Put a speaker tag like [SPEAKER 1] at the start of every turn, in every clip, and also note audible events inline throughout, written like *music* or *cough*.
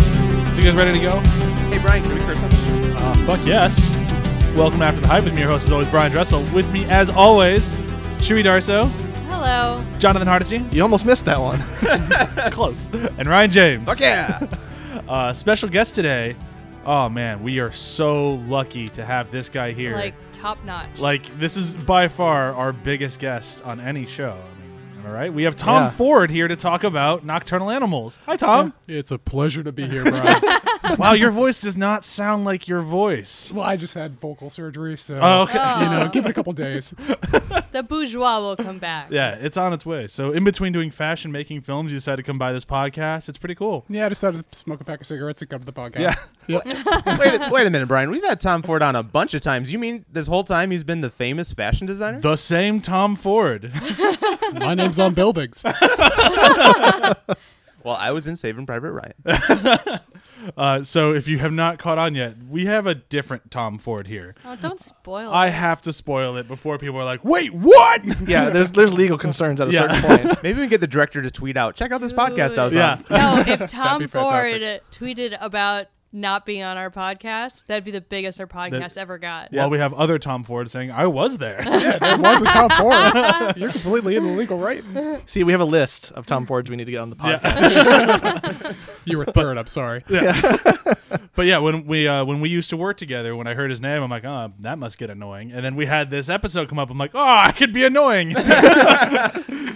[SPEAKER 1] guys ready to go?
[SPEAKER 2] Hey, Brian, can we curse on this?
[SPEAKER 3] Uh, fuck yes. Welcome after the hype with me, your host is always Brian Dressel. With me, as always, is Chewy Darso,
[SPEAKER 4] Hello.
[SPEAKER 3] Jonathan
[SPEAKER 2] *laughs*
[SPEAKER 3] Hardesty,
[SPEAKER 2] You almost missed that one.
[SPEAKER 3] close, and Ryan James.
[SPEAKER 2] Fuck yeah. *laughs*
[SPEAKER 3] Uh, special guest today. Oh man, we are so lucky to have this guy here.
[SPEAKER 4] Like top notch.
[SPEAKER 3] Like, *laughs* this is by far our biggest guest on any show. I mean, am I right? We have Tom
[SPEAKER 2] Yeah.
[SPEAKER 3] Ford here to talk about nocturnal
[SPEAKER 2] *laughs*
[SPEAKER 3] animals. Hi, Tom.
[SPEAKER 5] It's a pleasure to be here, Brian.
[SPEAKER 3] wow, your voice does not sound like your
[SPEAKER 2] *laughs*
[SPEAKER 3] voice.
[SPEAKER 5] well, I just had vocal surgery, so
[SPEAKER 3] Oh, okay.
[SPEAKER 5] you know,
[SPEAKER 4] Oh,
[SPEAKER 5] give it a couple days.
[SPEAKER 4] the bourgeois will come back.
[SPEAKER 3] Yeah, it's on its way. So in between doing fashion, making films, you decided to come by this podcast. It's pretty cool.
[SPEAKER 5] Yeah, I decided to smoke a pack of cigarettes and come to the podcast.
[SPEAKER 3] Yeah.
[SPEAKER 2] wait, a- wait a minute, Brian. We've had Tom Ford on a bunch of times. You mean this whole time he's been the famous fashion designer?
[SPEAKER 3] The same Tom Ford.
[SPEAKER 5] My name's on buildings.
[SPEAKER 2] Well, I was in Saving Private Ryan.
[SPEAKER 3] Uh, so if you have not caught on yet, we have a different Tom Ford here.
[SPEAKER 4] Oh, don't spoil
[SPEAKER 3] I
[SPEAKER 4] it.
[SPEAKER 3] *laughs* have to spoil it before people are like, "Wait, what?" *laughs*
[SPEAKER 6] yeah, there's there's legal concerns at a
[SPEAKER 3] Yeah.
[SPEAKER 6] certain
[SPEAKER 3] *laughs*
[SPEAKER 6] point.
[SPEAKER 2] Maybe we can get the director to tweet out. Check out this podcast I was
[SPEAKER 3] Yeah.
[SPEAKER 2] on.
[SPEAKER 4] No, if Tom
[SPEAKER 5] be
[SPEAKER 4] Ford
[SPEAKER 5] fantastic.
[SPEAKER 4] tweeted about not being on our podcast, that'd be the biggest our podcast ever got.
[SPEAKER 3] While we have other Tom Ford saying, "I was there."
[SPEAKER 5] yeah, *laughs* there was a top four. You're completely in the legal right.
[SPEAKER 6] See, we have a list of Tom Fords we need to get on the podcast.
[SPEAKER 5] You were third. I'm sorry.
[SPEAKER 3] but yeah, when we uh, when we used to work together, when I heard his name, I'm like, "Oh, that must get annoying." And then we had this episode come up. I'm like, "Oh, I could be annoying." *laughs*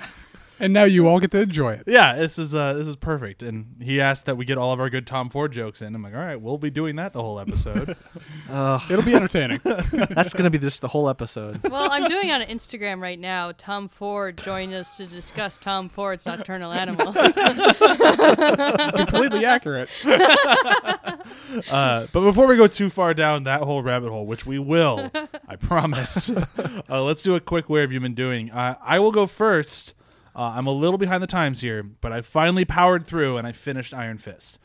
[SPEAKER 5] And now you all get to enjoy it.
[SPEAKER 3] yeah, this is uh, this is perfect. And he asked that we get all of our good Tom Ford jokes in. I'm like, "All right, we'll be doing that the whole episode."
[SPEAKER 5] It'll be *laughs* entertaining.
[SPEAKER 6] That's gonna be just the whole episode.
[SPEAKER 4] Well, I'm doing on Instagram right now. Tom Ford joined us to discuss Tom Ford's nocturnal animal.
[SPEAKER 5] completely accurate.
[SPEAKER 3] Uh, but before we go too far down that whole rabbit hole, which we will, I promise, *laughs* uh, let's do a quick where have you been doing? Uh, I will go first. Uh, I'm a little behind the times here, but I finally powered through and I finished Iron Fist.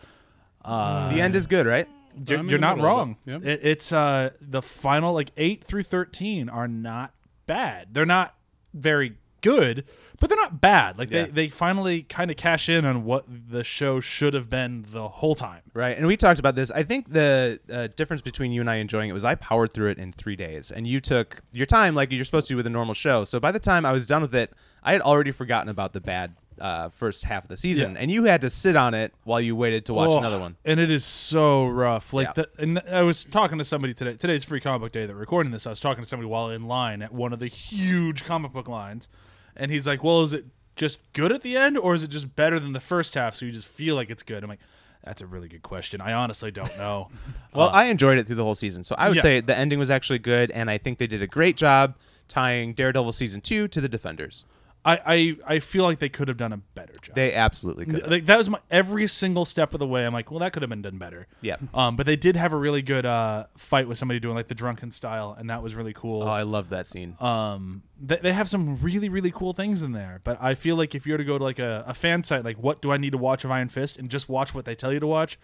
[SPEAKER 3] Uh,
[SPEAKER 2] The end is good, right?
[SPEAKER 3] you're,
[SPEAKER 5] I'm in
[SPEAKER 3] you're
[SPEAKER 5] the
[SPEAKER 3] not
[SPEAKER 5] middle of
[SPEAKER 3] wrong.
[SPEAKER 5] it. Yep.
[SPEAKER 3] It- it's uh, the final like eight through thirteen are not bad. They're not very good, but they're not bad. Like
[SPEAKER 2] Yeah.
[SPEAKER 3] they, they finally kind of cash in on what the show should have been the whole time.
[SPEAKER 2] Right. And we talked about this. I think the uh, difference between you and I enjoying it was I powered through it in three days, and you took your time like you're supposed to with a normal show. So by the time I was done with it, I had already forgotten about the bad uh, first half of the season,
[SPEAKER 3] Yeah.
[SPEAKER 2] and you had to sit on it while you waited to watch
[SPEAKER 3] Oh,
[SPEAKER 2] another one.
[SPEAKER 3] And it is so rough. Like
[SPEAKER 2] Yeah.
[SPEAKER 3] the, and I was talking to somebody today. Today's free comic book day that we're recording this. I was talking to somebody while in line at one of the huge comic book lines and he's like, "Well, is it just good at the end or is it just better than the first half so you just feel like it's good?" I'm like, "That's a really good question. I honestly don't
[SPEAKER 2] *laughs*
[SPEAKER 3] know."
[SPEAKER 2] Well, I enjoyed it through the whole season, so I
[SPEAKER 3] Oh.
[SPEAKER 2] would
[SPEAKER 3] Yeah.
[SPEAKER 2] say the ending was actually good, and I think they did a great job tying Daredevil season two to the Defenders.
[SPEAKER 3] I I I feel like they could have done a better job.
[SPEAKER 2] They absolutely could.
[SPEAKER 3] like that was my every single step of the way. I'm like, well, that could have been done better.
[SPEAKER 2] Yeah.
[SPEAKER 3] Um, but they did have a really good uh fight with somebody doing like the drunken style, and that was really cool.
[SPEAKER 2] oh, I love that scene.
[SPEAKER 3] um they, they have some really really cool things in there but i feel like if you were to go to like a, a fan site like what do i need to watch of iron fist and just watch what they tell you to watch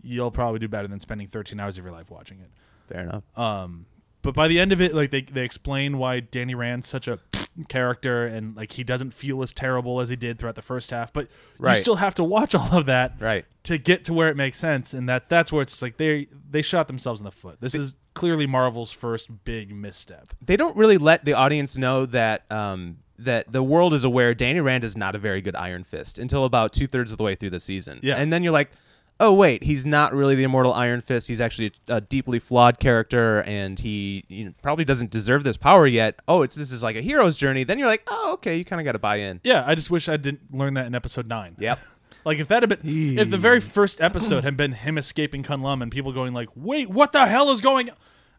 [SPEAKER 3] you'll probably do better than spending 13 hours of your life watching it
[SPEAKER 2] Fair enough.
[SPEAKER 3] um but by the end of it like they, they explain why danny rand's such a *sniffs* character and like he doesn't feel as terrible as he did throughout the first half but
[SPEAKER 2] Right.
[SPEAKER 3] you still have to watch all of that
[SPEAKER 2] Right.
[SPEAKER 3] to get to where it makes sense and that that's where it's just like they they shot themselves in the foot this is clearly marvel's first big misstep
[SPEAKER 2] they don't really let the audience know that um, that the world is aware Danny Rand is not a very good Iron Fist until about two thirds of the way through the season.
[SPEAKER 3] Yeah.
[SPEAKER 2] and then you're like, oh wait, he's not really the immortal Iron Fist. He's actually a deeply flawed character, and he you know, probably doesn't deserve this power yet. Oh, it's this is like a hero's journey. Then you're like, oh okay, you kind of got to buy in.
[SPEAKER 3] Yeah, I just wish I didn't learn that in episode nine.
[SPEAKER 2] Yep.
[SPEAKER 3] Like if that had been, if the very first episode had been him escaping Kun Lum and people going like, "Wait, what the hell is going?"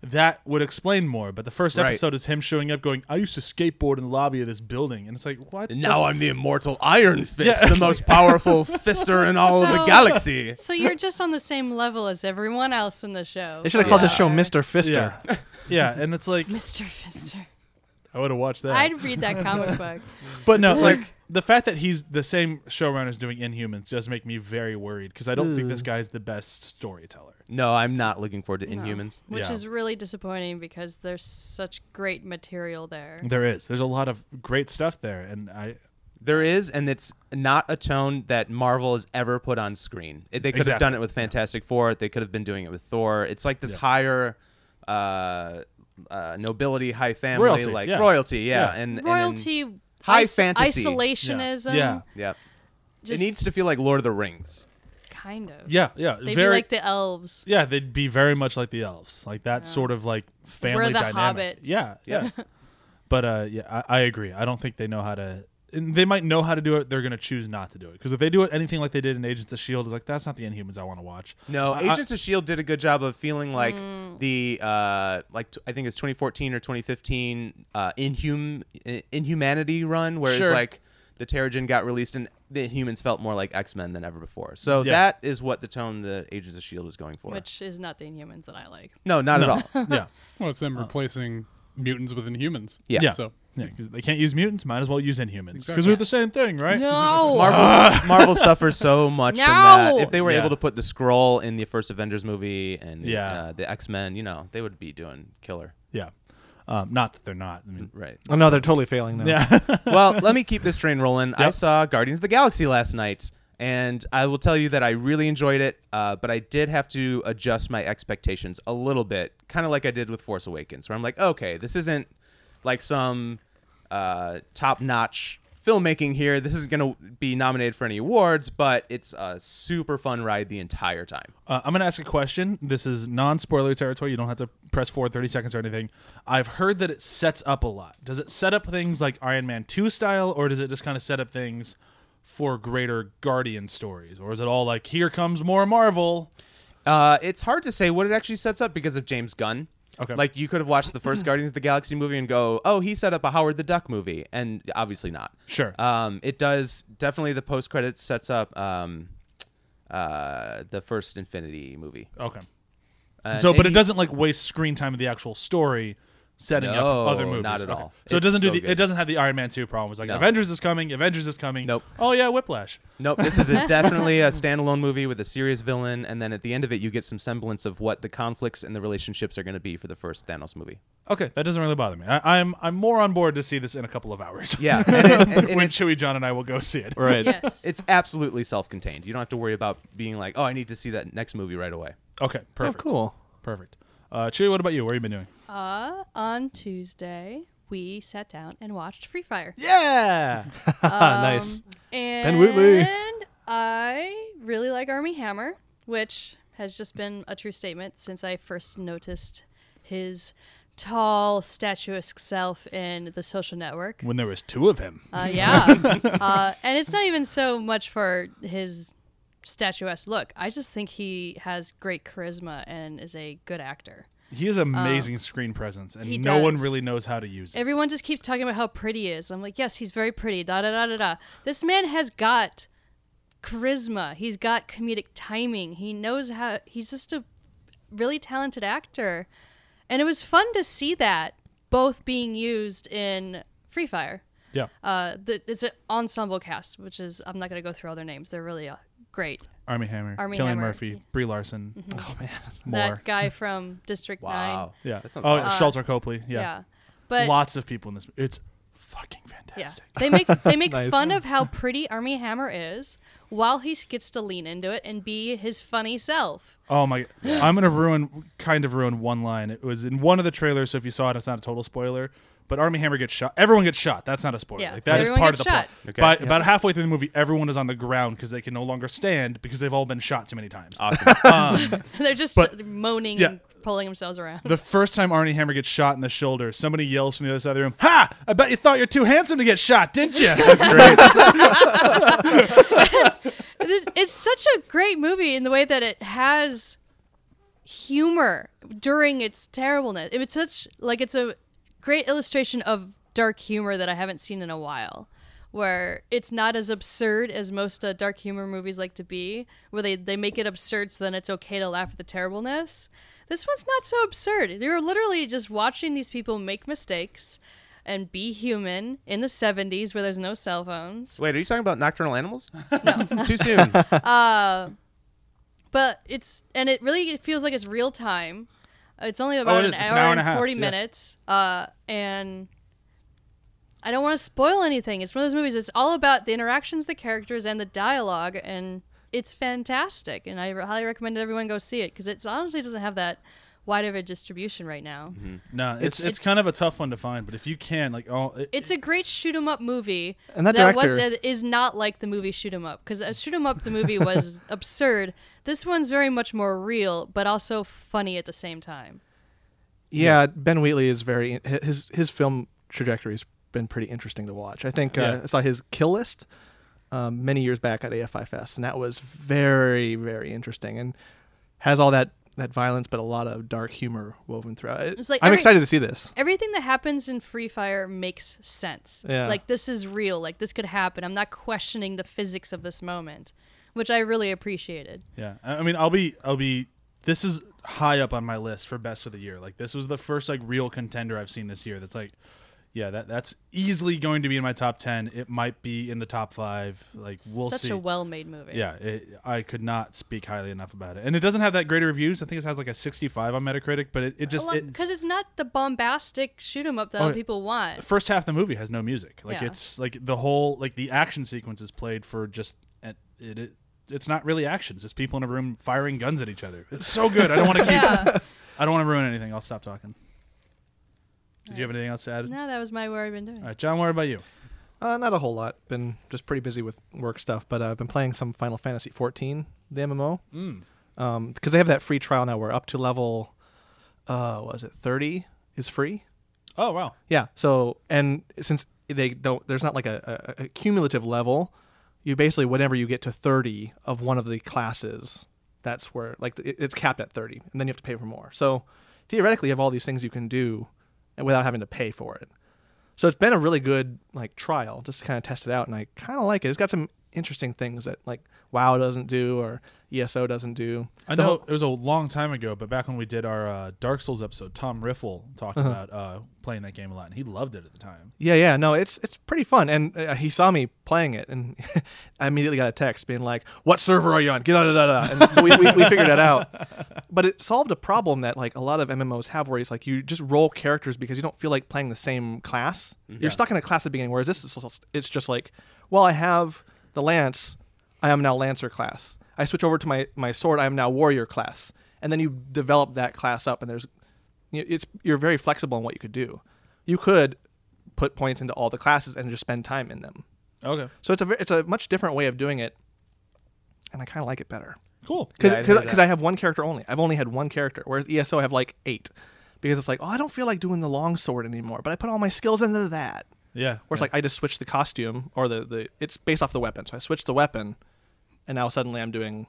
[SPEAKER 3] That would explain more. But the first
[SPEAKER 2] Right.
[SPEAKER 3] episode is him showing up going, "I used to skateboard in the lobby of this building," and it's like, "What?"
[SPEAKER 2] *laughs* And
[SPEAKER 3] the
[SPEAKER 2] now
[SPEAKER 3] f-
[SPEAKER 2] I'm the immortal Iron Fist,
[SPEAKER 3] Yeah.
[SPEAKER 2] the most powerful fister in all of the
[SPEAKER 4] So-
[SPEAKER 2] galaxy.
[SPEAKER 4] so you're just on the same level as everyone else in the show.
[SPEAKER 6] They should have called this show
[SPEAKER 4] Yeah.
[SPEAKER 6] Mr. Fister.
[SPEAKER 3] yeah, *laughs* yeah, and it's like
[SPEAKER 4] Mr. Fister.
[SPEAKER 3] I would have watched that.
[SPEAKER 4] I'd read that comic book.
[SPEAKER 3] but no, like the fact that he's the same showrunner as doing Inhumans does make me very worried because I don't think this guy's the best storyteller.
[SPEAKER 2] No, I'm not looking forward to Inhumans.
[SPEAKER 4] Which
[SPEAKER 3] Yeah.
[SPEAKER 4] is really disappointing because there's such great material there.
[SPEAKER 3] There is. There's a lot of great stuff there, and I
[SPEAKER 2] There is, and it's not a tone that Marvel has ever put on screen. It- they could have done
[SPEAKER 3] Exactly.
[SPEAKER 2] it with Fantastic Four. They could have been doing it with Thor. It's like this higher uh, uh, nobility, high family,
[SPEAKER 3] Royalty,
[SPEAKER 2] like
[SPEAKER 3] yeah.
[SPEAKER 2] royalty.
[SPEAKER 3] Yeah.
[SPEAKER 2] Yeah, And and then-
[SPEAKER 4] Royalty,
[SPEAKER 2] High
[SPEAKER 4] is-
[SPEAKER 2] fantasy.
[SPEAKER 4] isolationism.
[SPEAKER 3] Yeah.
[SPEAKER 2] yeah,
[SPEAKER 4] Just
[SPEAKER 2] it needs to feel like Lord of the Rings.
[SPEAKER 4] kind of.
[SPEAKER 3] Yeah, yeah,
[SPEAKER 4] They'd
[SPEAKER 3] very
[SPEAKER 4] be like the elves.
[SPEAKER 3] yeah. They'd be very much like the elves, like that sort of like family
[SPEAKER 4] the
[SPEAKER 3] dynamic.
[SPEAKER 4] hobbits.
[SPEAKER 3] Yeah, yeah.
[SPEAKER 2] Yeah.
[SPEAKER 4] *laughs*
[SPEAKER 3] but uh, yeah, I, I agree. I don't think they know how to. and They might know how to do it. They're going to choose not to do it because if they do it anything like they did in Agents of Shield, is like that's not the Inhumans I want to watch.
[SPEAKER 2] No,
[SPEAKER 3] I- I-
[SPEAKER 2] Agents of Shield E did a good job of feeling like
[SPEAKER 4] Mm.
[SPEAKER 2] the uh, like t- I think it's 2014 or 2015 uh, Inhum I- Inhumanity run, whereas
[SPEAKER 3] Sure.
[SPEAKER 2] like the Terrigen got released and the Inhumans felt more like X Men than ever before. So
[SPEAKER 3] Yeah.
[SPEAKER 2] that is what the tone the Agents of Shield was going for.
[SPEAKER 4] Which is not the Inhumans that
[SPEAKER 2] *laughs*
[SPEAKER 4] I like.
[SPEAKER 2] no, not
[SPEAKER 3] *laughs*
[SPEAKER 2] at all.
[SPEAKER 3] *laughs* yeah,
[SPEAKER 5] Well, it's them replacing mutants with inhumans.
[SPEAKER 2] Yeah.
[SPEAKER 3] yeah.
[SPEAKER 5] So
[SPEAKER 3] Yeah, 'cause they can't use mutants. Might as well use Inhumans because
[SPEAKER 5] Exactly.
[SPEAKER 3] they're the same thing, right? *laughs*
[SPEAKER 4] No.
[SPEAKER 2] Marvel, Marvel suffers so much from that.
[SPEAKER 4] No!
[SPEAKER 2] If they were
[SPEAKER 3] Yeah.
[SPEAKER 2] able to put the scroll in the first Avengers movie and the,
[SPEAKER 3] Yeah.
[SPEAKER 2] uh, the X Men, you know, they would be doing killer.
[SPEAKER 3] Yeah, um, not that they're not. I mean,
[SPEAKER 2] Right.
[SPEAKER 6] Oh no, they're totally failing
[SPEAKER 3] *laughs*
[SPEAKER 6] now.
[SPEAKER 3] yeah,
[SPEAKER 2] well, let me keep this train rolling. I
[SPEAKER 3] Yep.
[SPEAKER 2] saw Guardians of the Galaxy last night, and I will tell you that I really enjoyed it, uh, but I did have to adjust my expectations a little bit, kind of like I did with Force Awakens, where I'm like, okay, this isn't like some uh, top notch filmmaking here. This isn't going to be nominated for any awards, but it's a super fun ride the entire time.
[SPEAKER 3] Uh, I'm going to ask a question. This is non spoiler territory. You don't have to press forward 30 seconds or anything. I've heard that it sets up a lot. Does it set up things like Iron Man 2 style, or does it just kind of set up things for greater Guardian stories? Or is it all like, here comes more Marvel?
[SPEAKER 2] Uh, it's hard to say what it actually sets up because of James Gunn.
[SPEAKER 3] Okay.
[SPEAKER 2] Like you could have watched
[SPEAKER 3] *clears throat*
[SPEAKER 2] the first Guardians of the Galaxy movie and go, "Oh, he set up a Howard the Duck movie," and obviously not.
[SPEAKER 3] Sure.
[SPEAKER 2] Um, it does definitely the post credits sets up um, uh, the first Infinity movie.
[SPEAKER 3] Okay.
[SPEAKER 2] Uh,
[SPEAKER 3] so, but it
[SPEAKER 2] any-
[SPEAKER 3] doesn't like waste screen time of the actual story. Setting
[SPEAKER 2] No,
[SPEAKER 3] up other movies,
[SPEAKER 2] not at
[SPEAKER 3] Okay.
[SPEAKER 2] all.
[SPEAKER 3] So it
[SPEAKER 2] It's
[SPEAKER 3] doesn't do
[SPEAKER 2] so
[SPEAKER 3] the. It
[SPEAKER 2] good.
[SPEAKER 3] doesn't have the Iron Man two problem. It's like
[SPEAKER 2] No.
[SPEAKER 3] Avengers is coming, Avengers is coming.
[SPEAKER 2] Nope.
[SPEAKER 3] Oh yeah, Whiplash.
[SPEAKER 2] Nope. This is a, definitely a standalone movie with a serious villain, and then at the end of it, you get some semblance of what the conflicts and the relationships are going to be for the first Thanos movie.
[SPEAKER 3] Okay, that doesn't really bother me. I, I'm I'm more on board to see this in a couple of hours.
[SPEAKER 2] Yeah, and
[SPEAKER 3] *laughs*
[SPEAKER 2] it- and- and
[SPEAKER 3] when
[SPEAKER 2] it-
[SPEAKER 3] Chewy John and I will go see *laughs* it.
[SPEAKER 6] Right.
[SPEAKER 4] Yes.
[SPEAKER 2] it's absolutely self-contained. You don't have to worry about being like, "Oh, I need to see that next movie right away."
[SPEAKER 3] Okay,
[SPEAKER 6] Oh,
[SPEAKER 3] perfect.
[SPEAKER 6] cool.
[SPEAKER 3] Perfect. Uh, Chewy, what about you? What have you been doing?
[SPEAKER 4] Uh, on Tuesday, we sat down and watched Free Fire.
[SPEAKER 3] Yeah.
[SPEAKER 6] *laughs*
[SPEAKER 4] Um,
[SPEAKER 6] nice.
[SPEAKER 4] And
[SPEAKER 6] Wheatley.
[SPEAKER 4] I really like Army Hammer, which has just been a true statement since I first noticed his tall, statuesque self in The Social Network.
[SPEAKER 3] When there was two of him.
[SPEAKER 4] Uh, yeah. uh, and it's not even so much for his statuesque look. I just think he has great charisma and is a good actor.
[SPEAKER 3] He has amazing screen presence, and
[SPEAKER 4] he
[SPEAKER 3] no one
[SPEAKER 4] does.
[SPEAKER 3] really knows how to use it.
[SPEAKER 4] Everyone just keeps talking about how pretty he is. I'm like, yes, he's very pretty. Da da da da da. This man has got charisma. He's got comedic timing. He knows how. He's just a really talented actor, and it was fun to see that both being used in Free Fire.
[SPEAKER 3] yeah.
[SPEAKER 4] Uh, the, it's an ensemble cast, which is I'm not gonna go through all their names. They're really uh, great.
[SPEAKER 3] Army Hammer,
[SPEAKER 4] Armie
[SPEAKER 3] Killian
[SPEAKER 4] Hammer.
[SPEAKER 3] Murphy, Brie Larson. Oh *laughs* man. More.
[SPEAKER 4] That guy from
[SPEAKER 3] *laughs*
[SPEAKER 4] District Nine.
[SPEAKER 2] Wow.
[SPEAKER 3] yeah.
[SPEAKER 2] That sounds
[SPEAKER 3] oh,
[SPEAKER 2] awesome.
[SPEAKER 3] Shelter Copley.
[SPEAKER 4] Yeah.
[SPEAKER 3] Yeah.
[SPEAKER 4] But
[SPEAKER 3] Lots of people in this. It's fucking fantastic.
[SPEAKER 4] Yeah. They make they
[SPEAKER 3] *laughs*
[SPEAKER 4] make fun of how pretty Army Hammer is while he gets to lean into it and be his funny self. *laughs*
[SPEAKER 3] Oh my! I'm gonna ruin, kind of ruin one line. It was in one of the trailers, so if you saw it, it's not a total spoiler. But Army Hammer gets shot. Everyone gets shot. That's not a spoiler.
[SPEAKER 4] Yeah,
[SPEAKER 3] Like that is
[SPEAKER 4] everyone
[SPEAKER 3] part of
[SPEAKER 4] gets
[SPEAKER 3] the plot.
[SPEAKER 4] shot.
[SPEAKER 2] Okay.
[SPEAKER 3] But about halfway through the movie, everyone is on the ground because they can no longer stand because they've all been shot too many times.
[SPEAKER 4] Ah.
[SPEAKER 3] *laughs*
[SPEAKER 2] Awesome.
[SPEAKER 4] They're just
[SPEAKER 3] But-
[SPEAKER 4] moaning
[SPEAKER 3] yeah.
[SPEAKER 4] and pulling themselves around.
[SPEAKER 3] the first time Army Hammer gets shot in the shoulder, somebody yells from the other side of the room, "Ha! I bet you thought you're too handsome to get shot, didn't you?" *laughs*
[SPEAKER 4] *laughs* This- it's such a great movie in the way that it has humor during its terribleness. It was such like it's a great illustration of dark humor that I haven't seen in a while. Where it's not as absurd as most uh, dark humor movies like to be, where they, they make it absurd so then it's okay to laugh at the terribleness. This one's not so absurd. You're literally just watching these people make mistakes and be human in the 70s where there's no cell phones.
[SPEAKER 2] Wait, are you talking about nocturnal animals? No. Too soon.
[SPEAKER 4] but it's and it really feels like it's real time. Uh, It's only
[SPEAKER 3] Oh,
[SPEAKER 4] about
[SPEAKER 3] it
[SPEAKER 4] an,
[SPEAKER 3] is. It's
[SPEAKER 4] hour
[SPEAKER 3] an hour and
[SPEAKER 4] Uh, and
[SPEAKER 3] a half,
[SPEAKER 4] forty
[SPEAKER 3] yeah.
[SPEAKER 4] minutes, uh, and I don't want to spoil anything. It's one of those movies. It's all about the interactions, the characters, and the dialogue, and it's fantastic. And I highly recommend everyone go see it because it honestly doesn't have that wide of a distribution right now.
[SPEAKER 3] No, it's, it's
[SPEAKER 4] It's-
[SPEAKER 3] kind of a tough one to find, but if you can, like, oh, it,
[SPEAKER 4] It's a great shoot 'em up movie
[SPEAKER 6] And that
[SPEAKER 4] was
[SPEAKER 6] director-
[SPEAKER 4] that is not like the movie shoot 'em up because shoot 'em up the movie was absurd. This one's very much more real, but also funny at the same time.
[SPEAKER 6] Yeah, Ben Wheatley is very his his film trajectory has been pretty interesting to watch. I think uh,
[SPEAKER 3] Yeah.
[SPEAKER 6] I saw his Kill List um, many years back at AFI Fest, and that was very very interesting and has all that that violence, but a lot of dark humor woven throughout. It,
[SPEAKER 4] It's like
[SPEAKER 6] I'm
[SPEAKER 4] every-
[SPEAKER 6] excited to see this.
[SPEAKER 4] everything that happens in Free Fire makes sense.
[SPEAKER 6] Yeah.
[SPEAKER 4] Like this is real. Like this could happen. I'm not questioning the physics of this moment, which I really appreciated.
[SPEAKER 3] yeah. I I mean, I'll be, I'll be. This is high up on my list for best of the year. Like, this was the first like real contender I've seen this year. That's like, yeah, that that's easily going to be in my top ten. It might be in the top five. Like, we'll
[SPEAKER 4] Such
[SPEAKER 3] see.
[SPEAKER 4] a well-made movie.
[SPEAKER 3] yeah, it, I could not speak highly enough about it, and it doesn't have that great of reviews. I think it has like a 65 on Metacritic, but it, it just it,
[SPEAKER 4] Because it's not the bombastic shoot 'em up that other
[SPEAKER 6] Oh,
[SPEAKER 4] people
[SPEAKER 3] *laughs*
[SPEAKER 4] want.
[SPEAKER 3] first half of the movie has no music. Like
[SPEAKER 4] Yeah.
[SPEAKER 3] it's like the whole like the action sequence is played for just it, it, it it's not really action. It's just people in a room firing guns at each other. It's so good. I
[SPEAKER 4] *laughs*
[SPEAKER 3] don't want to keep
[SPEAKER 4] yeah.
[SPEAKER 3] I don't want to ruin anything. I'll stop talking. Did you have anything else to add?
[SPEAKER 4] No, that was my where I've been doing.
[SPEAKER 3] All right, John, what about you?
[SPEAKER 6] Uh, not a whole lot. Been just pretty busy with work stuff, but uh, I've been playing some Final Fantasy 14, the MMO, because Um, they have that free trial now. Where up to level, uh, was it 30 is free.
[SPEAKER 3] Oh, wow.
[SPEAKER 6] Yeah. So and since they don't, there's not like a, a, a cumulative level. You basically whenever you get to 30 of one of the classes, that's where like it, it's capped at 30, and then you have to pay for more. So theoretically, you have all these things you can do without having to pay for it. So it's been a really good like trial just to kind of test it out, and I kind of like it. It's got some interesting things that like WoW doesn't do or ESO doesn't do.
[SPEAKER 3] I
[SPEAKER 6] The
[SPEAKER 3] know
[SPEAKER 6] whole-
[SPEAKER 3] it was a long time ago, but back when we did our uh, Dark Souls episode, Tom Riffle talked about uh, playing that game a lot, and he loved it at the time.
[SPEAKER 6] Yeah, yeah, no, it's it's pretty fun, and uh, he saw me playing it, and *laughs* I immediately got a text being like, "What server are you on? Get out of da da." And so we, we, we figured that out, but it solved a problem that like a lot of MMOs have, where it's like you just roll characters because you don't feel like playing the same class. You're stuck in a class at the beginning, whereas this is it's just like, well, I have the lance, I am now lancer class. I switch over to my my sword, I am now warrior class, and then you develop that class up, and there's you it's you're very flexible in what you could do. You could put points into all the classes and just spend time in them.
[SPEAKER 3] Okay.
[SPEAKER 6] So it's a ve- it's a much different way of doing it, and I kind of like it better
[SPEAKER 3] Cool.
[SPEAKER 6] because
[SPEAKER 2] Yeah, I'd heard that.
[SPEAKER 6] I have one character only. I've only had one character, whereas ESO I have like eight because it's like oh I don't feel like doing the long sword anymore, but I put all my skills into that.
[SPEAKER 3] Yeah.
[SPEAKER 6] Where it's like I just switched the costume or the the it's based off the weapon, so I switched the weapon, and now suddenly I'm doing,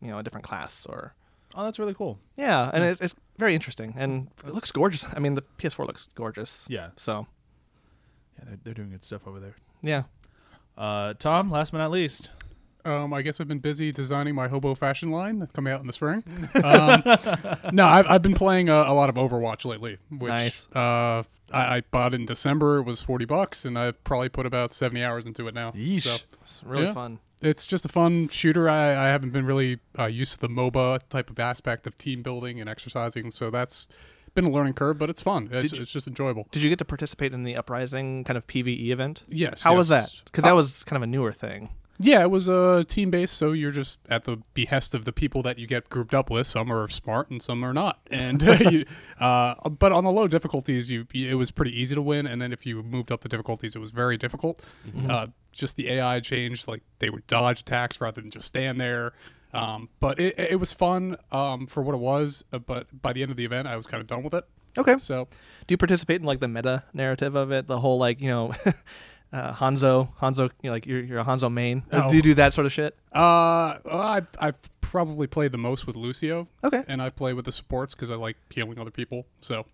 [SPEAKER 6] you know, a different class or
[SPEAKER 3] oh, that's really cool.
[SPEAKER 6] yeah, and it's, it's very interesting and it looks gorgeous. I mean the PS4 looks gorgeous.
[SPEAKER 3] Yeah.
[SPEAKER 6] So
[SPEAKER 3] Yeah, they're, they're doing good stuff over there.
[SPEAKER 6] yeah.
[SPEAKER 3] Uh, Tom, last but not least.
[SPEAKER 5] Um, I guess I've been busy designing my hobo fashion line that's coming out in the spring.
[SPEAKER 6] *laughs*
[SPEAKER 5] Um, no, I've, I've been playing a, a lot of Overwatch lately, which
[SPEAKER 6] Nice.
[SPEAKER 5] uh, I, I bought in December. It was forty bucks, and I've probably put about seventy hours into it now. So
[SPEAKER 6] It's really
[SPEAKER 5] Yeah.
[SPEAKER 6] fun.
[SPEAKER 5] it's just a fun shooter. I, I haven't been really uh, used to the MOBA type of aspect of team building and exercising, so that's been a learning curve, but it's fun. It's,
[SPEAKER 6] you-
[SPEAKER 5] it's just enjoyable.
[SPEAKER 6] Did you get to participate in the uprising kind of PVE event?
[SPEAKER 5] Yes.
[SPEAKER 6] How was that?
[SPEAKER 5] yes.
[SPEAKER 6] Because that was kind of a newer thing.
[SPEAKER 5] Yeah, it was a team base, so you're just at the behest of the people that you get grouped up with. Some are smart and some are not. And *laughs* you, uh, but on the low difficulties, you it was pretty easy to win. And then if you moved up the difficulties, it was very difficult. Uh, just the AI changed; like they would dodge attacks rather than just stand there. Um, but it, it was fun um, for what it was. Uh, but by the end of the event, I was kind of done with it.
[SPEAKER 6] Okay.
[SPEAKER 5] So
[SPEAKER 6] Do you participate in like the meta narrative of it? The whole like you know, *laughs* uh, Hanzo, Hanzo, you know, like you're, you're a Hanzo main.
[SPEAKER 5] No.
[SPEAKER 6] Do you do that sort of shit?
[SPEAKER 5] Uh, I I've probably played the most with Lucio.
[SPEAKER 6] Okay.
[SPEAKER 5] And I play with the supports because I like healing other people. So,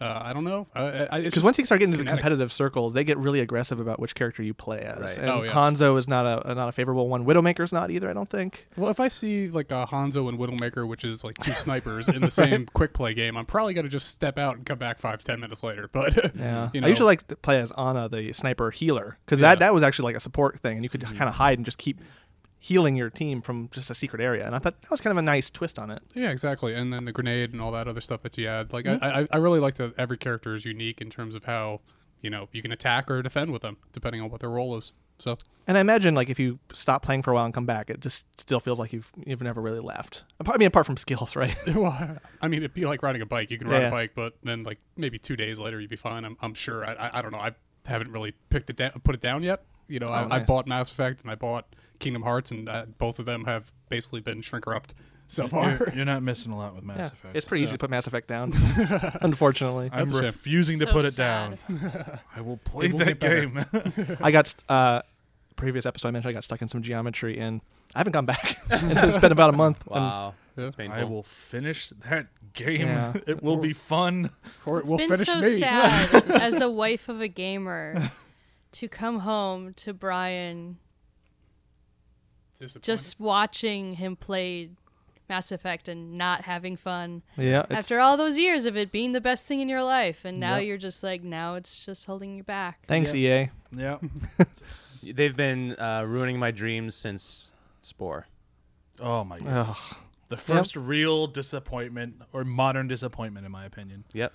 [SPEAKER 5] uh, I don't know. Uh, I, it's
[SPEAKER 6] Because
[SPEAKER 5] just-
[SPEAKER 6] once you start getting into the
[SPEAKER 5] kinetic.
[SPEAKER 6] competitive circles, they get really aggressive about which character you play as.
[SPEAKER 2] Right.
[SPEAKER 6] And
[SPEAKER 5] Oh, yes.
[SPEAKER 6] Hanzo is not a not a favorable one. Widowmaker's not either. I don't think.
[SPEAKER 5] well, if I see like a Hanzo and Widowmaker, which is like
[SPEAKER 6] *laughs*
[SPEAKER 5] two snipers in the same quick play game, I'm probably gonna just step out and come back five ten minutes later. *laughs* But
[SPEAKER 6] Yeah,
[SPEAKER 5] you know,
[SPEAKER 6] I usually like to play as Ana, the sniper healer, because that
[SPEAKER 5] Yeah.
[SPEAKER 6] that was actually like a support thing, and you could kind of hide and just keep healing your team from just a secret area. And I thought that was kind of a nice twist on it.
[SPEAKER 5] Yeah, exactly. And
[SPEAKER 6] Mm-hmm.
[SPEAKER 5] then the grenade and all that other stuff that you add. Like, I I, I really like that every character is unique in terms of how you know you can attack or defend with them depending on what their role is. So
[SPEAKER 6] And I imagine like if you stop playing for a while and come back, it just still feels like you've you've never really left. Apart- I mean, apart from skills, *laughs* right?
[SPEAKER 5] *laughs* well, I mean it'd be like riding a bike. You can ride
[SPEAKER 6] Yeah.
[SPEAKER 5] a bike, but then like maybe two days later you'd be fine. I'm, I'm sure. I, I I don't know. I haven't really picked it down, put it down yet. You know,
[SPEAKER 3] Oh,
[SPEAKER 5] I, I
[SPEAKER 6] nice.
[SPEAKER 5] bought Mass Effect and I bought Kingdom Hearts, and uh, both of them have basically been shrink wrapped so
[SPEAKER 3] *laughs*
[SPEAKER 5] far.
[SPEAKER 3] You're, you're not missing a lot with Mass
[SPEAKER 6] Yeah.
[SPEAKER 3] Effect.
[SPEAKER 6] It's pretty easy to put Mass
[SPEAKER 3] *laughs*
[SPEAKER 6] Effect down. Unfortunately,
[SPEAKER 3] I'm
[SPEAKER 5] That's a shame.
[SPEAKER 3] refusing to
[SPEAKER 4] So
[SPEAKER 3] put it
[SPEAKER 4] sad.
[SPEAKER 3] down.
[SPEAKER 4] *laughs*
[SPEAKER 3] I will play
[SPEAKER 5] It will
[SPEAKER 3] that
[SPEAKER 5] get better.
[SPEAKER 3] game.
[SPEAKER 6] I got st- uh, previous episode I mentioned I got stuck in some geometry and I haven't gone back. *laughs* it's been about a month. and-
[SPEAKER 2] Wow, Um, that's painful.
[SPEAKER 3] I will finish that *laughs* game.
[SPEAKER 6] Yeah.
[SPEAKER 3] It will be fun.
[SPEAKER 5] Or it will
[SPEAKER 4] been
[SPEAKER 5] finish
[SPEAKER 4] so
[SPEAKER 5] me. *laughs*
[SPEAKER 4] sad as a wife of a gamer to come home to Brian
[SPEAKER 5] Disappointed.
[SPEAKER 4] just watching him play Mass Effect and not having fun
[SPEAKER 6] yeah. it's-
[SPEAKER 4] after all those years of it being the best thing in your life and now
[SPEAKER 6] Yep.
[SPEAKER 4] you're just like now it's just holding you back.
[SPEAKER 6] Thanks, E EA.
[SPEAKER 3] *laughs* Yeah.
[SPEAKER 2] They've been uh, ruining my dreams since Spore.
[SPEAKER 3] *laughs* Oh my god.
[SPEAKER 6] Ugh.
[SPEAKER 3] The first real disappointment or modern disappointment in my opinion.
[SPEAKER 2] Yep.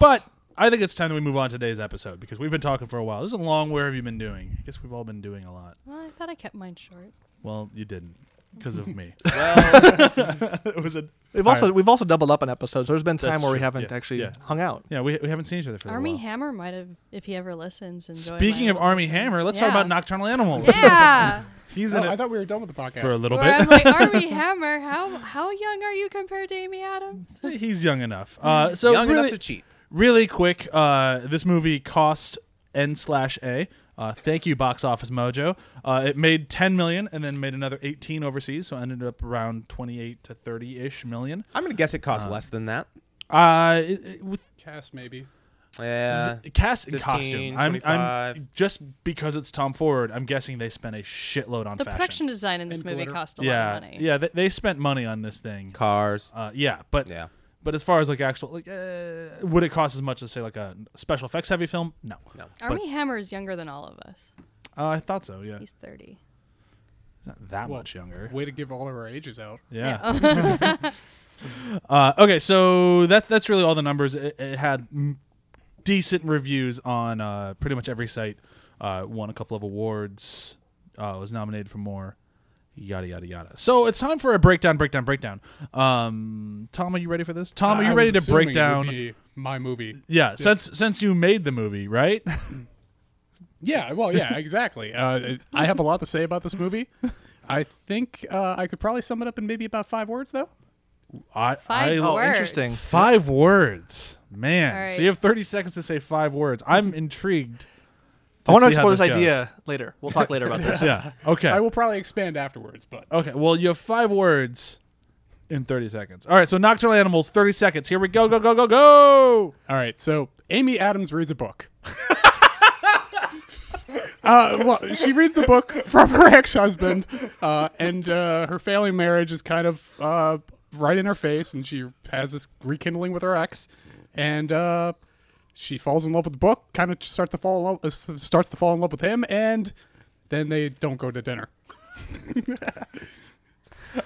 [SPEAKER 3] But I think it's time that we move on to today's episode because we've been talking for a while. This is a long where have you been doing? I guess we've all been doing a lot.
[SPEAKER 4] Well, I thought I kept mine short.
[SPEAKER 3] Well, you didn't because of me.
[SPEAKER 2] Well,
[SPEAKER 3] *laughs* it was a
[SPEAKER 6] We've also we've also doubled up on episodes. There's been time
[SPEAKER 3] That's
[SPEAKER 6] where we
[SPEAKER 3] true.
[SPEAKER 6] haven't
[SPEAKER 3] Yeah.
[SPEAKER 6] actually
[SPEAKER 3] Yeah.
[SPEAKER 6] hung out.
[SPEAKER 3] Yeah, we, we haven't seen each other for a
[SPEAKER 4] Army
[SPEAKER 3] while.
[SPEAKER 4] Hammer might have if he ever listens and
[SPEAKER 3] Speaking of Army Hammer, let's talk
[SPEAKER 4] Yeah.
[SPEAKER 3] about Nocturnal Animals.
[SPEAKER 4] Yeah.
[SPEAKER 3] He's
[SPEAKER 5] Oh,
[SPEAKER 3] in
[SPEAKER 5] I
[SPEAKER 3] it
[SPEAKER 5] thought we were done with the podcast.
[SPEAKER 3] for a *laughs* little
[SPEAKER 4] Where I'm
[SPEAKER 3] bit.
[SPEAKER 4] like Army Hammer, how how young are you compared to Amy Adams?
[SPEAKER 3] He's young enough.
[SPEAKER 4] *laughs*
[SPEAKER 3] Uh, so
[SPEAKER 2] young
[SPEAKER 3] really,
[SPEAKER 2] enough to cheat.
[SPEAKER 3] really quick, uh, this movie cost N slash A. Uh, thank you, Box Office Mojo. Uh, it made 10 million and then made another 18 overseas, so ended up around 28 to 30 ish million.
[SPEAKER 2] I'm gonna guess it costs
[SPEAKER 3] Uh-huh.
[SPEAKER 2] less than that.
[SPEAKER 3] Uh, it- it- with
[SPEAKER 5] Cast maybe.
[SPEAKER 2] Yeah.
[SPEAKER 3] cast and
[SPEAKER 2] 15,
[SPEAKER 3] costume, I'm, I'm
[SPEAKER 2] 25.
[SPEAKER 3] just because it's Tom Ford. I'm guessing they spent a shitload on
[SPEAKER 4] The
[SPEAKER 3] fashion.
[SPEAKER 4] production design in this
[SPEAKER 5] And
[SPEAKER 4] movie
[SPEAKER 5] glitter.
[SPEAKER 4] cost a
[SPEAKER 3] yeah,
[SPEAKER 4] lot of money.
[SPEAKER 3] yeah, they, they spent money on this thing.
[SPEAKER 2] Cars.
[SPEAKER 3] Uh, yeah, but
[SPEAKER 2] Yeah.
[SPEAKER 3] but as far as like actual, like, uh, would it cost as much as say like a special effects heavy film? No,
[SPEAKER 2] No.
[SPEAKER 4] Army Hammer is younger than all of us.
[SPEAKER 3] Uh, I thought so. Yeah,
[SPEAKER 4] He's 30.
[SPEAKER 3] not that
[SPEAKER 5] Well,
[SPEAKER 3] much younger.
[SPEAKER 5] Way to give all of our ages out.
[SPEAKER 3] Yeah. *laughs* uh, okay, so that's that's really all the numbers. It, it had mm, decent reviews on uh, pretty much every site. Uh, won a couple of awards. Uh, was nominated for more. Yada yada yada. So it's time for a breakdown, breakdown, breakdown. Um, Tom, are you ready for this? Tom, are
[SPEAKER 5] I
[SPEAKER 3] you
[SPEAKER 5] was
[SPEAKER 3] ready to
[SPEAKER 5] assuming
[SPEAKER 3] break
[SPEAKER 5] it would
[SPEAKER 3] down?
[SPEAKER 5] be my movie?
[SPEAKER 3] yeah, since since you made the movie,
[SPEAKER 5] *laughs*
[SPEAKER 3] right?
[SPEAKER 5] Yeah, well, yeah, exactly. Uh, I have a lot to say about this movie. I think uh, I could probably sum it up in maybe about five words, though.
[SPEAKER 3] I,
[SPEAKER 4] Five
[SPEAKER 3] I,
[SPEAKER 6] Oh,
[SPEAKER 4] words.
[SPEAKER 6] interesting.
[SPEAKER 3] Five words, man.
[SPEAKER 4] All right.
[SPEAKER 3] So you have thirty seconds to say five words. I'm intrigued.
[SPEAKER 6] I want to
[SPEAKER 3] see how
[SPEAKER 6] explore this
[SPEAKER 3] goes.
[SPEAKER 6] idea later. We'll talk
[SPEAKER 3] *laughs*
[SPEAKER 6] later about this.
[SPEAKER 3] Yeah. Okay.
[SPEAKER 5] I will probably expand afterwards, but
[SPEAKER 3] Okay, well, you have five words in 30 seconds. All right, so Nocturnal Animals, 30 seconds. Here we go, go, go, go, go.
[SPEAKER 5] all right. So Amy Adams reads a book. *laughs* uh, well, she reads the book from her ex-husband, uh, and uh, her failing marriage is kind of uh, right in her face, and she has this rekindling with her ex, and uh, she falls in love with the book. Kind of start to fall in love, uh, s- starts to fall in love with him, and then they don't go to dinner.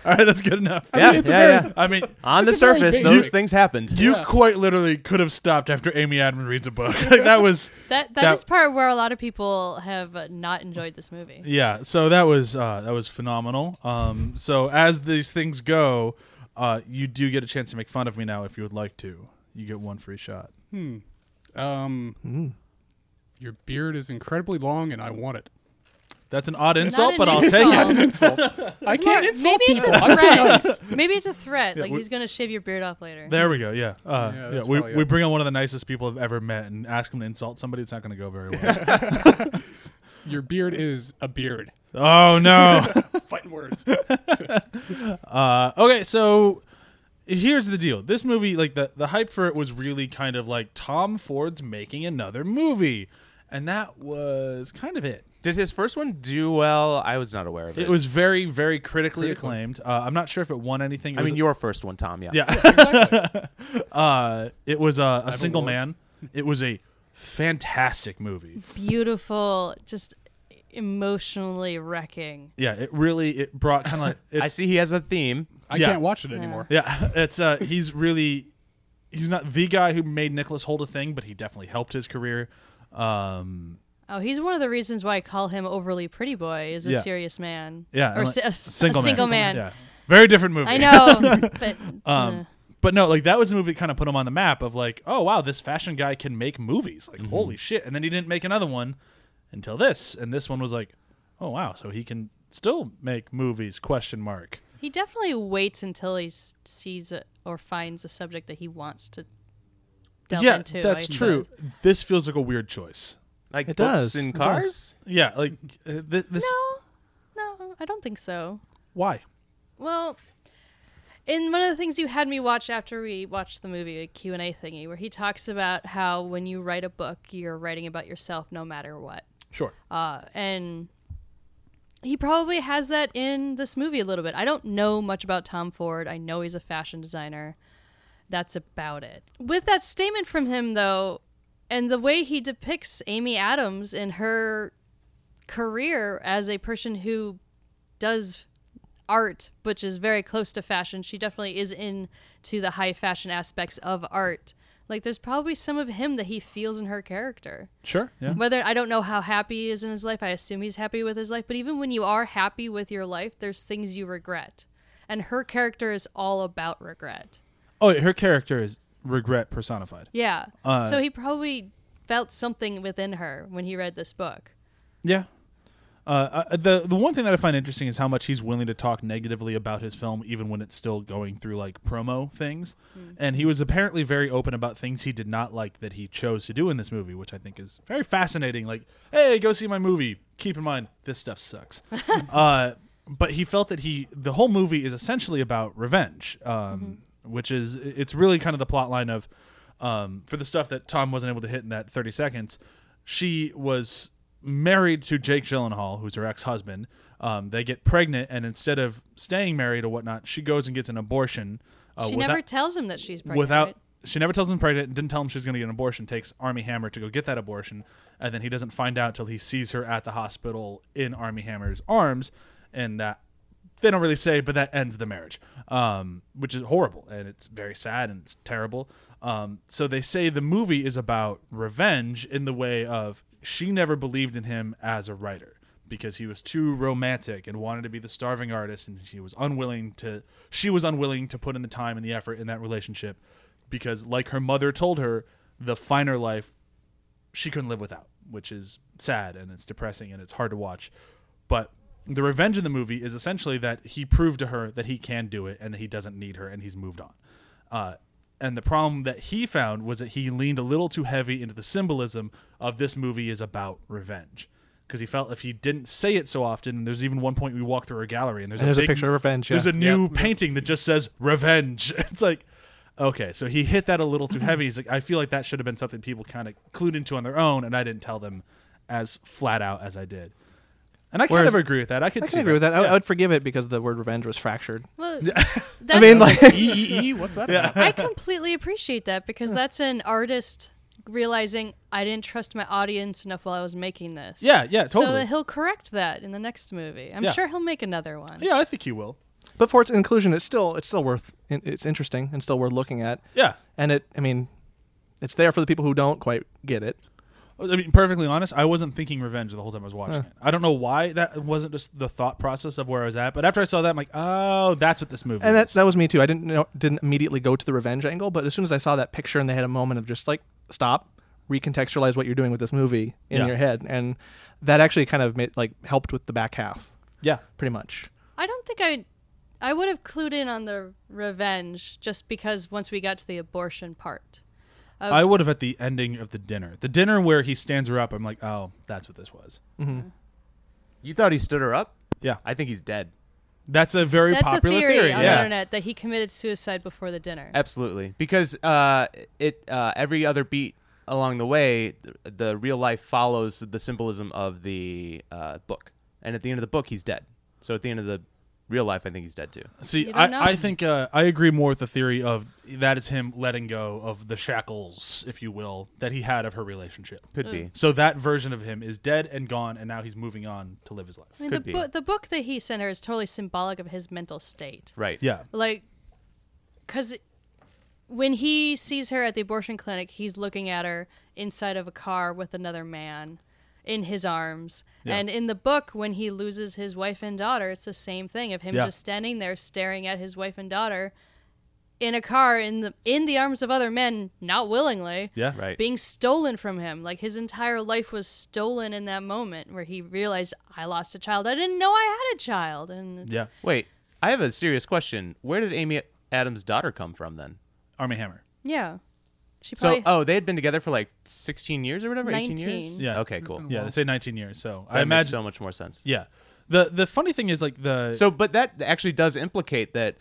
[SPEAKER 3] All right, that's good enough.
[SPEAKER 2] yeah.
[SPEAKER 5] it's a
[SPEAKER 2] yeah.
[SPEAKER 5] very-
[SPEAKER 2] yeah.
[SPEAKER 3] I mean,
[SPEAKER 2] On the
[SPEAKER 5] it's a very
[SPEAKER 2] surface,
[SPEAKER 5] big-
[SPEAKER 2] those
[SPEAKER 5] You-
[SPEAKER 2] things happened.
[SPEAKER 3] you
[SPEAKER 5] Yeah.
[SPEAKER 3] quite literally could have stopped after Amy Adams reads a book. *laughs* Like, that was,
[SPEAKER 4] That
[SPEAKER 3] That-
[SPEAKER 4] that is part where a lot of people have uh, not enjoyed this movie.
[SPEAKER 3] yeah. So that was uh, that was phenomenal. Um, so as these things go, uh, you do get a chance to make fun of me now if you would like to. You get one free shot.
[SPEAKER 5] Um, Your beard is incredibly long, and I want it.
[SPEAKER 3] That's an odd insult,
[SPEAKER 4] an
[SPEAKER 3] but I'll
[SPEAKER 4] insult.
[SPEAKER 3] take it.
[SPEAKER 5] Insult. I can't insult
[SPEAKER 4] Maybe it's
[SPEAKER 5] people.
[SPEAKER 4] a
[SPEAKER 5] I'm too nice.
[SPEAKER 3] *laughs*
[SPEAKER 4] threat. Maybe it's a threat. Like
[SPEAKER 3] we-
[SPEAKER 4] he's gonna shave your beard off later.
[SPEAKER 3] There we go. Yeah. Uh,
[SPEAKER 5] Yeah,
[SPEAKER 3] yeah,
[SPEAKER 5] that's
[SPEAKER 3] we,
[SPEAKER 5] probably
[SPEAKER 3] we
[SPEAKER 5] it.
[SPEAKER 3] bring on one of the nicest people I've ever met and ask them to insult somebody. It's not going to go very well.
[SPEAKER 5] *laughs* Your beard is
[SPEAKER 3] *laughs*
[SPEAKER 5] a beard.
[SPEAKER 3] Oh no.
[SPEAKER 5] Fighting words.
[SPEAKER 3] uh, okay, so here's the deal. This movie, like the the hype for it was really kind of like Tom Ford's making another movie, and that was kind of it.
[SPEAKER 2] Did his first one do well? I was not aware of it.
[SPEAKER 3] It was very very critically acclaimed. Uh, I'm not sure if it won anything. It
[SPEAKER 2] I
[SPEAKER 3] was-
[SPEAKER 2] mean, your first one, Tom. Yeah.
[SPEAKER 3] *laughs* yeah. *laughs* uh, it was a, a single
[SPEAKER 5] awards.
[SPEAKER 3] man. It was a fantastic movie.
[SPEAKER 4] Beautiful, just emotionally wrecking.
[SPEAKER 3] Yeah, it really it brought kind of like
[SPEAKER 2] *laughs* I
[SPEAKER 3] it's-
[SPEAKER 2] see he has a theme.
[SPEAKER 5] I
[SPEAKER 3] Yeah. *laughs*
[SPEAKER 5] can't watch it anymore.
[SPEAKER 3] Yeah, it's uh he's really he's not the guy who made Nicholas hold a thing, but he definitely helped his career. Um,
[SPEAKER 4] Oh, he's one of the reasons why I call him overly pretty boy. Is a
[SPEAKER 3] Yeah.
[SPEAKER 4] serious man.
[SPEAKER 3] yeah,
[SPEAKER 4] or
[SPEAKER 3] and,
[SPEAKER 4] si-
[SPEAKER 3] like,
[SPEAKER 4] *laughs* a
[SPEAKER 3] single man.
[SPEAKER 4] single man.
[SPEAKER 3] Yeah. very different *laughs* movie.
[SPEAKER 4] I know, but
[SPEAKER 3] Um,
[SPEAKER 4] uh,
[SPEAKER 3] But no, like that was a movie that kind of put him on the map of like, oh wow, this fashion guy can make movies. Like holy shit! And then he didn't make another one until this, and this one was like, oh wow, so he can still make movies? Question mark.
[SPEAKER 4] he definitely waits until he s- sees it or finds a subject that he wants to delve
[SPEAKER 3] yeah,
[SPEAKER 4] into.
[SPEAKER 3] that's
[SPEAKER 4] I
[SPEAKER 3] true.
[SPEAKER 4] suppose.
[SPEAKER 3] This feels like a weird choice.
[SPEAKER 2] Like
[SPEAKER 6] It
[SPEAKER 2] books
[SPEAKER 6] does.
[SPEAKER 2] and
[SPEAKER 6] It
[SPEAKER 2] cars.
[SPEAKER 3] Yeah, like uh, th- this.
[SPEAKER 4] No, no, I don't think so.
[SPEAKER 3] Why?
[SPEAKER 4] Well, in one of the things you had me watch after we watched the movie, a Q&A thingy, where he talks about how when you write a book, you're writing about yourself no matter what.
[SPEAKER 3] Sure.
[SPEAKER 4] Uh, and he probably has that in this movie a little bit. I don't know much about Tom Ford. I know he's a fashion designer. That's about it. With that statement from him, though, and the way he depicts Amy Adams in her career as a person who does art, which is very close to fashion, she definitely is into the high fashion aspects of art. Like, there's probably some of him that he feels in her character.
[SPEAKER 3] Sure. Yeah.
[SPEAKER 4] Whether I don't know how happy he is in his life, I assume he's happy with his life. But even when you are happy with your life, there's things you regret, and her character is all about regret.
[SPEAKER 3] Oh, her character is regret personified.
[SPEAKER 4] Yeah.
[SPEAKER 3] Uh,
[SPEAKER 4] so he probably felt something within her when he read this book.
[SPEAKER 3] Yeah. Uh, I- the the one thing that I find interesting is how much he's willing to talk negatively about his film, even when it's still going through like promo things. And he was apparently very open about things he did not like that he chose to do in this movie, which I think is very fascinating. Like, hey, go see my movie. Keep in mind, this stuff sucks. uh, but he felt that he the whole movie is essentially about revenge, um, which is it's really kind of the plot line of um, for the stuff that Tom wasn't able to hit in that 30 seconds, she was married to Jake Gyllenhaal, who's her ex husband. Um, they get pregnant, and instead of staying married or whatnot, she goes and gets an abortion. Uh,
[SPEAKER 4] she
[SPEAKER 3] without,
[SPEAKER 4] never tells him that she's pregnant.
[SPEAKER 3] without
[SPEAKER 4] right?
[SPEAKER 3] she never tells him pregnant, and didn't tell him she's going to get an abortion. Takes Army Hammer to go get that abortion, and then he doesn't find out till he sees her at the hospital in Army Hammer's arms, and that they don't really say, but that ends the marriage, um, which is horrible and it's very sad and it's terrible. Um, so they say the movie is about revenge in the way of she never believed in him as a writer because he was too romantic and wanted to be the starving artist, and she was unwilling to. She was unwilling to put in the time and the effort in that relationship because, like her mother told her, the finer life she couldn't live without, which is sad and it's depressing and it's hard to watch. But the revenge in the movie is essentially that he proved to her that he can do it and that he doesn't need her and he's moved on. Uh, and the problem that he found was that he leaned a little too heavy into the symbolism of this movie is about revenge. Because he felt if he didn't say it so often, and there's even one point we walk through a gallery and there's,
[SPEAKER 6] And
[SPEAKER 3] a,
[SPEAKER 6] there's a
[SPEAKER 3] big-
[SPEAKER 6] picture of revenge, yeah.
[SPEAKER 3] There's a new painting that just says revenge. *laughs* It's like, okay, so he hit that a little too heavy. He's like, I feel like that should have been something people kind of clued into on their own, and I didn't tell them as flat out as I did. And I kind
[SPEAKER 6] Whereas-
[SPEAKER 3] of agree with that. I could
[SPEAKER 6] I
[SPEAKER 3] see
[SPEAKER 6] can agree with that. I,
[SPEAKER 3] Yeah.
[SPEAKER 6] I would forgive it because the word revenge was fractured.
[SPEAKER 3] *laughs*
[SPEAKER 4] Well,
[SPEAKER 6] I
[SPEAKER 4] that's-
[SPEAKER 6] mean, like,
[SPEAKER 5] EEE, what's that? about?
[SPEAKER 4] I completely appreciate that because that's an artist realizing I didn't trust my audience enough while I was making this.
[SPEAKER 3] yeah, yeah, totally.
[SPEAKER 4] So that he'll correct that in the next movie. I'm
[SPEAKER 3] Yeah.
[SPEAKER 4] sure he'll make another one.
[SPEAKER 3] yeah, I think he will.
[SPEAKER 6] but for its inclusion, it's still it's still worth it's interesting and still worth looking at.
[SPEAKER 3] Yeah.
[SPEAKER 6] And it, I mean, it's there for the people who don't quite get it.
[SPEAKER 3] I mean, perfectly honest, I wasn't thinking revenge the whole time I was watching it. I don't know why that wasn't just the thought process of where I was at, but after I saw that, I'm like, oh, that's what this movie
[SPEAKER 6] And that
[SPEAKER 3] is.
[SPEAKER 6] that was me too. I didn't know, didn't immediately go to the revenge angle, but as soon as I saw that picture and they had a moment of just like stop, recontextualize what you're doing with this movie in
[SPEAKER 3] Yeah.
[SPEAKER 6] your head, and that actually kind of made, like helped with the back half,
[SPEAKER 3] yeah,
[SPEAKER 6] pretty much.
[SPEAKER 4] I don't think I I would have clued in on the revenge just because once we got to the abortion part.
[SPEAKER 3] I would have at the ending of the dinner, the dinner where he stands her up. I'm like, oh, that's what this was.
[SPEAKER 2] You thought he stood her up?
[SPEAKER 3] Yeah,
[SPEAKER 2] I think he's dead.
[SPEAKER 3] that's a very
[SPEAKER 4] That's a
[SPEAKER 3] popular
[SPEAKER 4] theory, on the
[SPEAKER 3] yeah,
[SPEAKER 4] internet that he committed suicide before the dinner.
[SPEAKER 2] Absolutely, because uh, it uh, every other beat along the way, the, the real life follows the symbolism of the uh, book, and at the end of the book, he's dead. So at the end of the real life, I think he's dead too.
[SPEAKER 3] See,
[SPEAKER 4] You don't know.
[SPEAKER 3] I, I think uh, I agree more with the theory of that is him letting go of the shackles, if you will, that he had of her relationship.
[SPEAKER 2] Could be.
[SPEAKER 3] So that version of him is dead and gone, and now he's moving on to live his life.
[SPEAKER 4] I mean, the,
[SPEAKER 2] could be.
[SPEAKER 4] bo- the book that he sent her is totally symbolic of his mental state.
[SPEAKER 2] Right.
[SPEAKER 3] Yeah.
[SPEAKER 4] Like, because when he sees her at the abortion clinic, he's looking at her inside of a car with another man in his arms. And in the book, when he loses his wife and daughter, it's the same thing of him
[SPEAKER 3] Yeah.
[SPEAKER 4] just standing there staring at his wife and daughter in a car in the in the arms of other men, not willingly.
[SPEAKER 3] Yeah.
[SPEAKER 2] Right.
[SPEAKER 4] Being stolen from him. Like his entire life was stolen in that moment where he realized I lost a child. I didn't know I had a child. And
[SPEAKER 3] Yeah.
[SPEAKER 2] Wait, I have a serious question. Where did Amy Adams' daughter come from then?
[SPEAKER 3] Army Hammer.
[SPEAKER 4] yeah. She
[SPEAKER 2] So,
[SPEAKER 4] probably
[SPEAKER 2] oh, they had been together for like 16 years or whatever, 18 years.
[SPEAKER 4] 19.
[SPEAKER 3] Yeah.
[SPEAKER 2] Okay, cool.
[SPEAKER 3] Yeah, they say 19 years. So
[SPEAKER 2] Oh, That
[SPEAKER 3] I
[SPEAKER 2] makes
[SPEAKER 3] imagine.
[SPEAKER 2] so much more sense.
[SPEAKER 3] yeah. The the funny thing is like the
[SPEAKER 2] So, but that actually does implicate that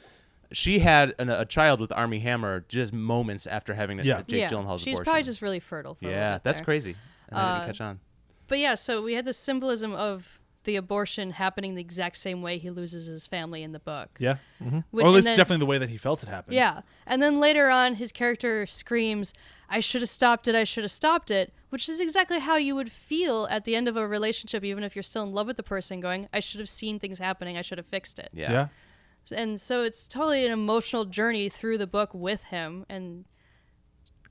[SPEAKER 2] she had an, a child with Army Hammer just moments after having a,
[SPEAKER 3] Yeah.
[SPEAKER 2] Jake
[SPEAKER 4] yeah,
[SPEAKER 2] Gyllenhaal's
[SPEAKER 4] she's
[SPEAKER 2] abortion.
[SPEAKER 4] probably just really fertile. For a little
[SPEAKER 2] yeah,
[SPEAKER 4] bit
[SPEAKER 2] that's
[SPEAKER 4] there. Uh,
[SPEAKER 2] crazy. And I didn't catch on.
[SPEAKER 4] But yeah, so we had the symbolism of the abortion happening the exact same way he loses his family in the book.
[SPEAKER 3] yeah,
[SPEAKER 4] Wh-
[SPEAKER 3] or at
[SPEAKER 4] and
[SPEAKER 3] least
[SPEAKER 4] then-
[SPEAKER 3] definitely the way that he felt it happened.
[SPEAKER 4] Yeah. And then later on, his character screams, I should have stopped it, I should have stopped it, which is exactly how you would feel at the end of a relationship, even if you're still in love with the person, going, I should have seen things happening, I should have fixed it.
[SPEAKER 2] Yeah.
[SPEAKER 3] Yeah.
[SPEAKER 4] And so it's totally an emotional journey through the book with him. And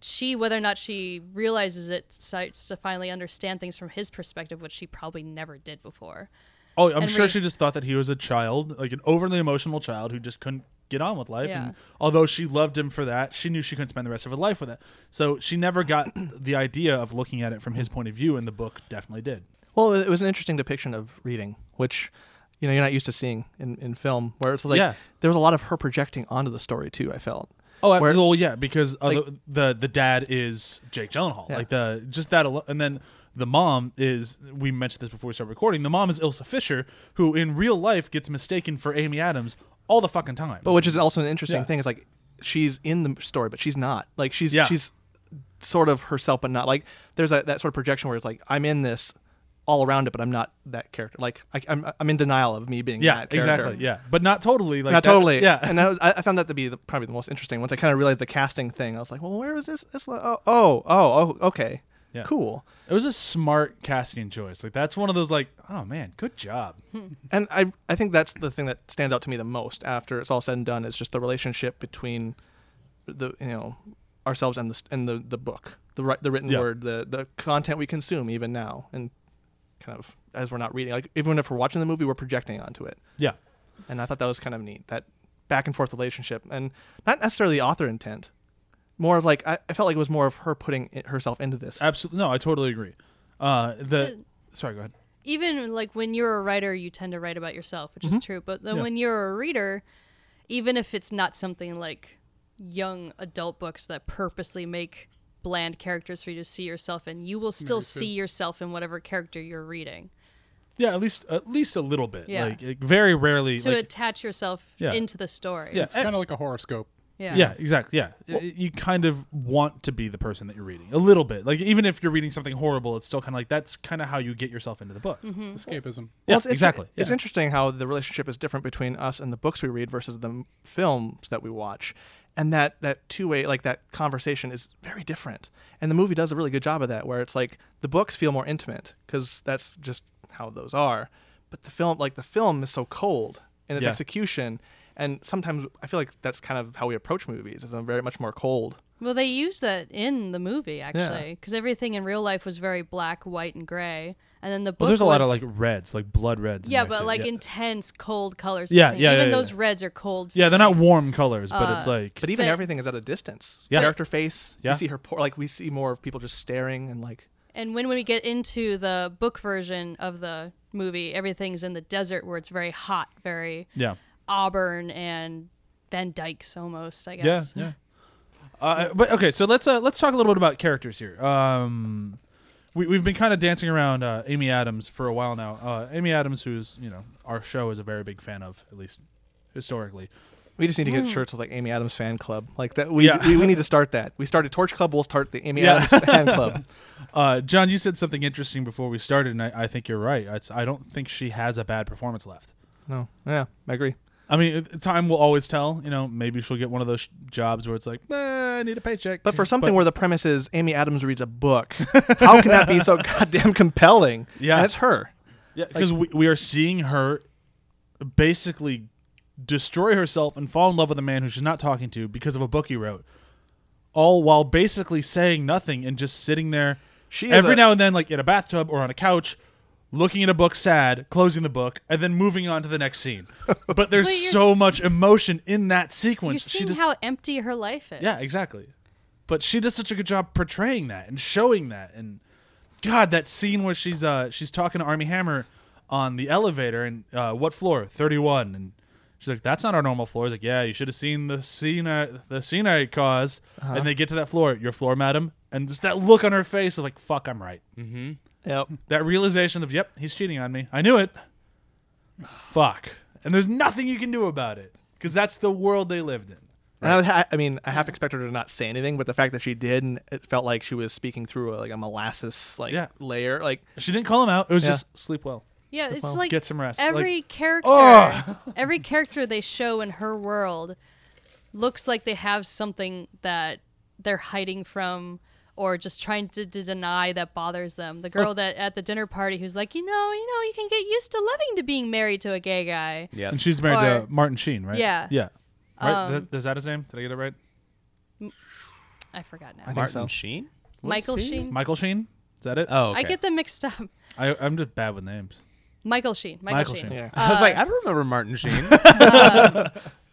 [SPEAKER 4] she, whether or not she realizes it, starts to finally understand things from his perspective, which she probably never did before.
[SPEAKER 3] Oh, I'm
[SPEAKER 4] And
[SPEAKER 3] sure
[SPEAKER 4] re-
[SPEAKER 3] she just thought that he was a child, like an overly emotional child who just couldn't get on with life.
[SPEAKER 4] Yeah.
[SPEAKER 3] And although she loved him for that, she knew she couldn't spend the rest of her life with it. So she never got *coughs* the idea of looking at it from his point of view, and the book definitely did.
[SPEAKER 6] Well, it was an interesting depiction of reading, which you know you're not used to seeing in, in film, where it's like
[SPEAKER 3] Yeah.
[SPEAKER 6] there was a lot of her projecting onto the story too. I felt.
[SPEAKER 3] Oh, I,
[SPEAKER 6] Where-
[SPEAKER 3] well, yeah, because other, the the dad is Jake Gyllenhaal.
[SPEAKER 6] Yeah.
[SPEAKER 3] Like the just that, alo- and then the mom is. We mentioned this before we started recording. The mom is Ilsa Fisher, who in real life gets mistaken for Amy Adams all the fucking time.
[SPEAKER 6] But which is also an interesting
[SPEAKER 3] Yeah.
[SPEAKER 6] thing is like she's in the story, but she's not. Like she's
[SPEAKER 3] Yeah.
[SPEAKER 6] she's sort of herself, but not like there's that, that sort of projection where it's like I'm in this all around it, but I'm not that character. Like I, I'm I'm in denial of me being
[SPEAKER 3] yeah,
[SPEAKER 6] that character.
[SPEAKER 3] exactly. Yeah, but not totally. Like
[SPEAKER 6] not
[SPEAKER 3] that-
[SPEAKER 6] totally.
[SPEAKER 3] Yeah,
[SPEAKER 6] and that was, I, I found that to be the, probably the most interesting. Once I kind of realized the casting thing, I was like, well, where was this? this oh, oh, oh, oh, okay,
[SPEAKER 3] Yeah.
[SPEAKER 6] cool.
[SPEAKER 3] It was a smart casting choice. Like that's one of those like, oh man, good job.
[SPEAKER 6] And I, I think that's the thing that stands out to me the most after it's all said and done is just the relationship between the you know ourselves and the and the the book, the ri- the written
[SPEAKER 3] Yeah.
[SPEAKER 6] word, the the content we consume even now, and kind of as we're not reading, like even if we're watching the movie, we're projecting onto it.
[SPEAKER 3] Yeah.
[SPEAKER 6] And I thought that was kind of neat that back and forth relationship, and not necessarily author intent, more of like I, I felt like it was more of her putting it, herself into this.
[SPEAKER 3] Absolutely. No, I totally agree. Uh the Sorry, go ahead.
[SPEAKER 4] even like when you're a writer, you tend to write about yourself, which is true. But then
[SPEAKER 3] Mm-hmm. Yeah.
[SPEAKER 4] when you're a reader, even if it's not something like young adult books that purposely make bland characters for you to see yourself in, you will still see yourself in whatever character you're reading.
[SPEAKER 3] Yeah, at least at least a little bit.
[SPEAKER 4] Yeah.
[SPEAKER 3] Like, it- very rarely
[SPEAKER 4] To
[SPEAKER 3] like,
[SPEAKER 4] attach yourself
[SPEAKER 3] Yeah.
[SPEAKER 4] into the story.
[SPEAKER 3] Yeah.
[SPEAKER 5] It's kind of like a horoscope.
[SPEAKER 4] Yeah.
[SPEAKER 3] yeah. exactly. Yeah. you kind of want to be the person that you're reading. A little bit. Like even if you're reading something horrible, it's still kind of like that's kind of how you get yourself into the book.
[SPEAKER 5] Mm-hmm. Escapism.
[SPEAKER 3] Yeah,
[SPEAKER 6] Well, it's, it's-
[SPEAKER 3] exactly.
[SPEAKER 6] It's
[SPEAKER 3] Yeah.
[SPEAKER 6] interesting how the relationship is different between us and the books we read versus the m- films that we watch, and that that two way like that conversation is very different. And the movie does a really good job of that, where it's like the books feel more intimate because that's just how those are, but the film like the film is so cold in its
[SPEAKER 3] Yeah.
[SPEAKER 6] execution, and sometimes I feel like that's kind of how we approach movies. It's a very much more cold.
[SPEAKER 4] Well, they used that in the movie actually, because everything in real life was very black, white, and gray, and then the book.
[SPEAKER 3] Well, there's a lot of
[SPEAKER 4] was-
[SPEAKER 3] like reds, like blood reds. in
[SPEAKER 4] Yeah,
[SPEAKER 3] there,
[SPEAKER 4] but
[SPEAKER 3] too.
[SPEAKER 4] like
[SPEAKER 3] yeah.
[SPEAKER 4] intense, cold colors.
[SPEAKER 3] Yeah,
[SPEAKER 4] Same-
[SPEAKER 3] yeah,
[SPEAKER 4] Even
[SPEAKER 3] yeah,
[SPEAKER 4] those
[SPEAKER 3] yeah.
[SPEAKER 4] reds are cold.
[SPEAKER 3] Yeah, they're not warm colors, but it's like
[SPEAKER 6] But e even
[SPEAKER 4] But-
[SPEAKER 6] everything is at a distance.
[SPEAKER 3] Yeah.
[SPEAKER 6] Character face.
[SPEAKER 3] Yeah.
[SPEAKER 6] We see her poor, like we see more of people just staring and like
[SPEAKER 4] And when we get into the book version of the movie, everything's in the desert where it's very hot, very
[SPEAKER 3] Yeah.
[SPEAKER 4] auburn and Van Dyke's almost, I guess.
[SPEAKER 3] Yeah, yeah. Uh, but okay, so let's uh, let's talk a little bit about characters here. Um, we we've been kind of dancing around uh, Amy Adams for a while now. Uh, Amy Adams, who's you know our show is a very big fan of, at least historically.
[SPEAKER 6] We just need to get shirts with like Amy Adams fan club. Like that we,
[SPEAKER 3] Yeah.
[SPEAKER 6] we, we need to start that. We started Torch Club, we'll start the Amy
[SPEAKER 3] Yeah.
[SPEAKER 6] Adams
[SPEAKER 3] *laughs*
[SPEAKER 6] fan club.
[SPEAKER 3] Uh, John, you said something interesting before we started, and I, I think you're right. It's, I don't think she has a bad performance left.
[SPEAKER 6] No. Yeah, I agree.
[SPEAKER 3] I mean, it- time will always tell. You know, maybe she'll get one of those jobs where it's like, eh, I need a paycheck.
[SPEAKER 6] But for something where the premise is Amy Adams reads a book, how can that
[SPEAKER 3] *laughs*
[SPEAKER 6] be so goddamn compelling?
[SPEAKER 3] Yeah.
[SPEAKER 6] And it's her.
[SPEAKER 3] Yeah, because we, we are seeing her basically destroy herself and fall in love with a man who she's not talking to because of a book he wrote. all while basically saying nothing and just sitting there
[SPEAKER 6] She is
[SPEAKER 3] every
[SPEAKER 6] a-
[SPEAKER 3] now and then, like in a bathtub or on a couch, looking at a book sad, closing the book, and then moving on to the next
[SPEAKER 6] *laughs*
[SPEAKER 3] scene. But there's
[SPEAKER 4] But you're
[SPEAKER 3] so
[SPEAKER 4] s-
[SPEAKER 3] much emotion in that
[SPEAKER 4] You're
[SPEAKER 3] sequence.
[SPEAKER 4] seeing how empty her life is.
[SPEAKER 3] Yeah, exactly. But she does such a good job portraying that and showing that and God, that scene where she's uh she's talking to Army Hammer on the elevator and uh what floor? Thirty one and she's like, That's not our normal floor. He's like, Yeah, you should have seen the scene I the scene I caused and they get to that floor, your floor, madam, and just that look on her face of like, fuck, I'm right.
[SPEAKER 6] Yep.
[SPEAKER 3] That realization of, Yep, he's cheating on me. I knew it. fuck. And there's nothing you can do about it. Because that's the world they lived in.
[SPEAKER 6] And I, would ha- I mean, I half expected her to not say anything, but the fact that she did, and it felt like she was speaking through a, like a molasses like
[SPEAKER 3] Yeah.
[SPEAKER 6] layer. Like
[SPEAKER 3] She didn't call him out. It was
[SPEAKER 6] Yeah.
[SPEAKER 3] just sleep well.
[SPEAKER 4] Yeah, it's like
[SPEAKER 3] Get some rest.
[SPEAKER 4] Every
[SPEAKER 3] Like-
[SPEAKER 4] character, every character they show in her world looks like they have something that they're hiding from or just trying to, to deny that bothers them. The girl that at the dinner party who's like, you know, you know, you can get used to loving to being married to a gay guy.
[SPEAKER 2] Yeah.
[SPEAKER 3] And she's married
[SPEAKER 4] Or-
[SPEAKER 3] to Martin Sheen, right?
[SPEAKER 4] Yeah. Um,
[SPEAKER 3] Yeah. Right? Th- is that his name? Did I get it right?
[SPEAKER 4] I forgot now.
[SPEAKER 6] think
[SPEAKER 2] Martin
[SPEAKER 6] so.
[SPEAKER 2] Sheen.
[SPEAKER 4] Michael
[SPEAKER 6] he?
[SPEAKER 4] Sheen.
[SPEAKER 3] Michael Sheen? Is that it?
[SPEAKER 2] Oh, okay.
[SPEAKER 4] I get them mixed up. *laughs*
[SPEAKER 3] I, I'm just bad with names.
[SPEAKER 4] Michael Sheen. Michael,
[SPEAKER 3] Michael
[SPEAKER 4] Sheen.
[SPEAKER 3] Sheen.
[SPEAKER 6] yeah,
[SPEAKER 2] *laughs* I was like,
[SPEAKER 4] uh,
[SPEAKER 2] I don't remember Martin Sheen.